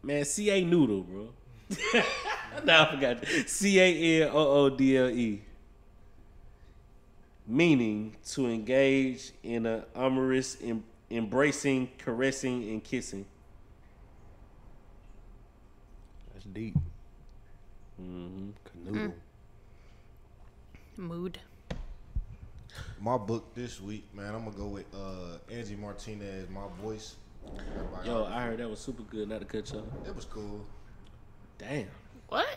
man, C A noodle, bro. nah, I forgot. C A N O O D L E. Meaning to engage in a amorous, em- embracing, caressing, and kissing.
That's deep. Mm-hmm.
Mm.
Canoodle.
Mood.
My book this week, man, I'm gonna go with uh, Angie Martinez. My voice. Everybody-
Yo, I heard that was super good. Not to cut y'all.
it was cool.
Damn.
What?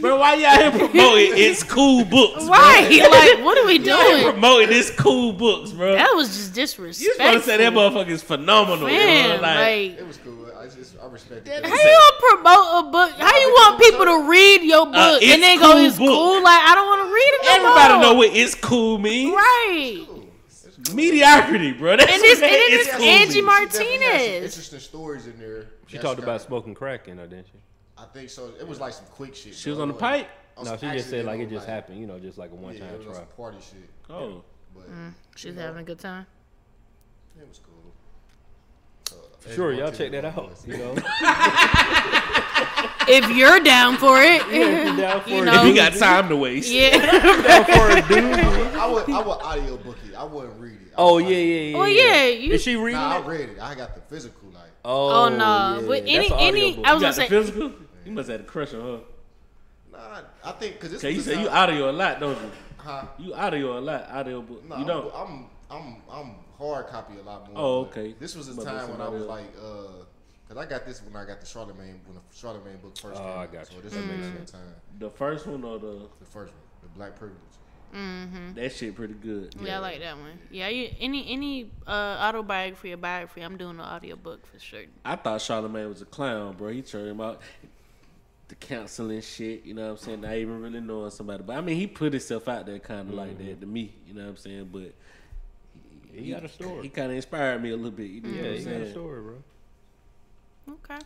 Bro, why y'all here promoting it's cool books? Bro?
Right. like, what are we
Y'all here
doing?
promoting it's cool books, bro.
That was just
You just
disrespectful.
want to say that motherfucker is phenomenal.
Man,
bro. Like,
like,
It was cool. I just I respect
That
it.
how you gonna promote a book? How you want people to read your book
Uh, it's
and then
cool
go, it's
book."
cool? Like, I don't want to read it no
everybody
more.
know what it's cool means.
Right.
Mediocrity, bro. That's
And
what
it's-
that
and it's
it's cool
Angie
means.
Mar-
definitely had some
Martinez.
Interesting stories in there.
She
That's
talked about
kinda-
smoking crack in her, didn't she?
I think so. It was like some quick shit.
She was
bro.
on the
It
pipe?
wasn't-
No, she just said like it just
accidental,
happened, you know, just like a one
Yeah,
time
it was
try.
some party shit.
Um,
Oh,
But
She's having a good time.
it was cool. Uh,
Sure,
Angie
y'all check that
Martinez, my
out.
voice.
You know,
If you're down for it,
if you down for
You
it,
know.
if you got time to waste.
yeah.
down for it, dude.
I would I would audio book it. I wouldn't read it. I
Oh
would
yeah,
audio-
yeah, yeah.
Well, yeah, you-
Is she reading
Nah,
it?
I read it. I got the physical like.
Oh,
Oh, no.
yeah.
With
That's
any-
an
any-
audiobook.
I
You
was-
got the
gonna say-
physical? You must have had a crush on her.
Nah, I think because it's.
Okay, you
this
say you
time-
audio a lot, don't you?
Huh?
You audio a lot, audio book.
No,
you don't.
I'm, I'm I'm hard copy a lot more.
Oh,
but
okay.
This was a
But
time when I
somebody
was
else.
like, uh, cause I got this when I got the Charlemagne when the Charlemagne book first.
Oh,
came
I
out.
got
So
you.
this was around
Mm.
that time,
The first one or the
Mm-hmm.
the first one, the Black Privilege.
that shit pretty good.
Yeah, I like that one. Yeah, you, any any uh, autobiography or biography, I'm doing an audiobook for sure.
I thought Charlemagne was a clown, bro. He turned him out the counseling shit, you know what I'm saying? Not even really knowing somebody. But I mean he put himself out there kinda like that to me, you know what I'm saying? But
Mm-hmm. He got a story.
He kinda inspired me a little bit, you know
yeah,
what
he
I'm
got a
saying?
story, bro.
Okay.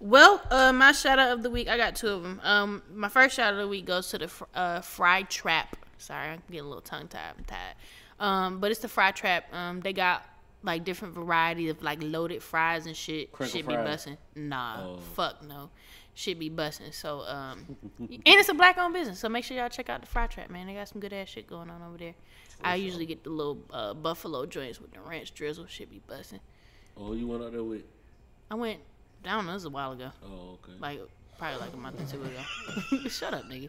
Well, uh, my shout out of the week, I got two of them. Um, my first shout out of the week goes to the fr- uh, Fry Trap. Sorry, I'm getting a little tongue tied. I'm tired. Um, but it's the Fry Trap. Um, they got like different variety of like loaded fries and shit.
Crinkle
shit be
fries.
busting. Nah,
Oh.
fuck no. Shit be busting. So, um, and it's a black owned business. So make sure y'all check out the Fry Trap, man. They got some good ass shit going on over there. I usually get the little uh, buffalo joints with the ranch drizzle. Shit be busting.
Oh, you went out there with
I went, I don't know, this was a while ago
Oh, okay.
like probably like a month or two ago. Shut up, nigga.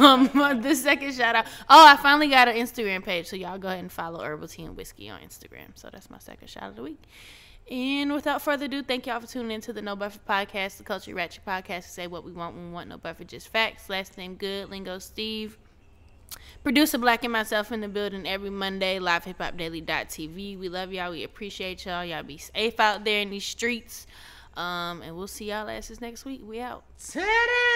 Um, the second shout out. Oh, I finally got an Instagram page, so y'all go ahead and follow Herbal Tea and Whiskey on Instagram. So that's my second shout of the week. And without further ado, thank y'all for tuning into the No Buffer Podcast, the Culture Ratchet Podcast. To say what we want when we want, no buffer, just facts. Last name good, lingo Steve. Producer Black and myself in the building every Monday, live hip hop daily.tv. We love y'all. We appreciate y'all. Y'all be safe out there in these streets. Um, and we'll see y'all asses next week. We out.
Ta-da!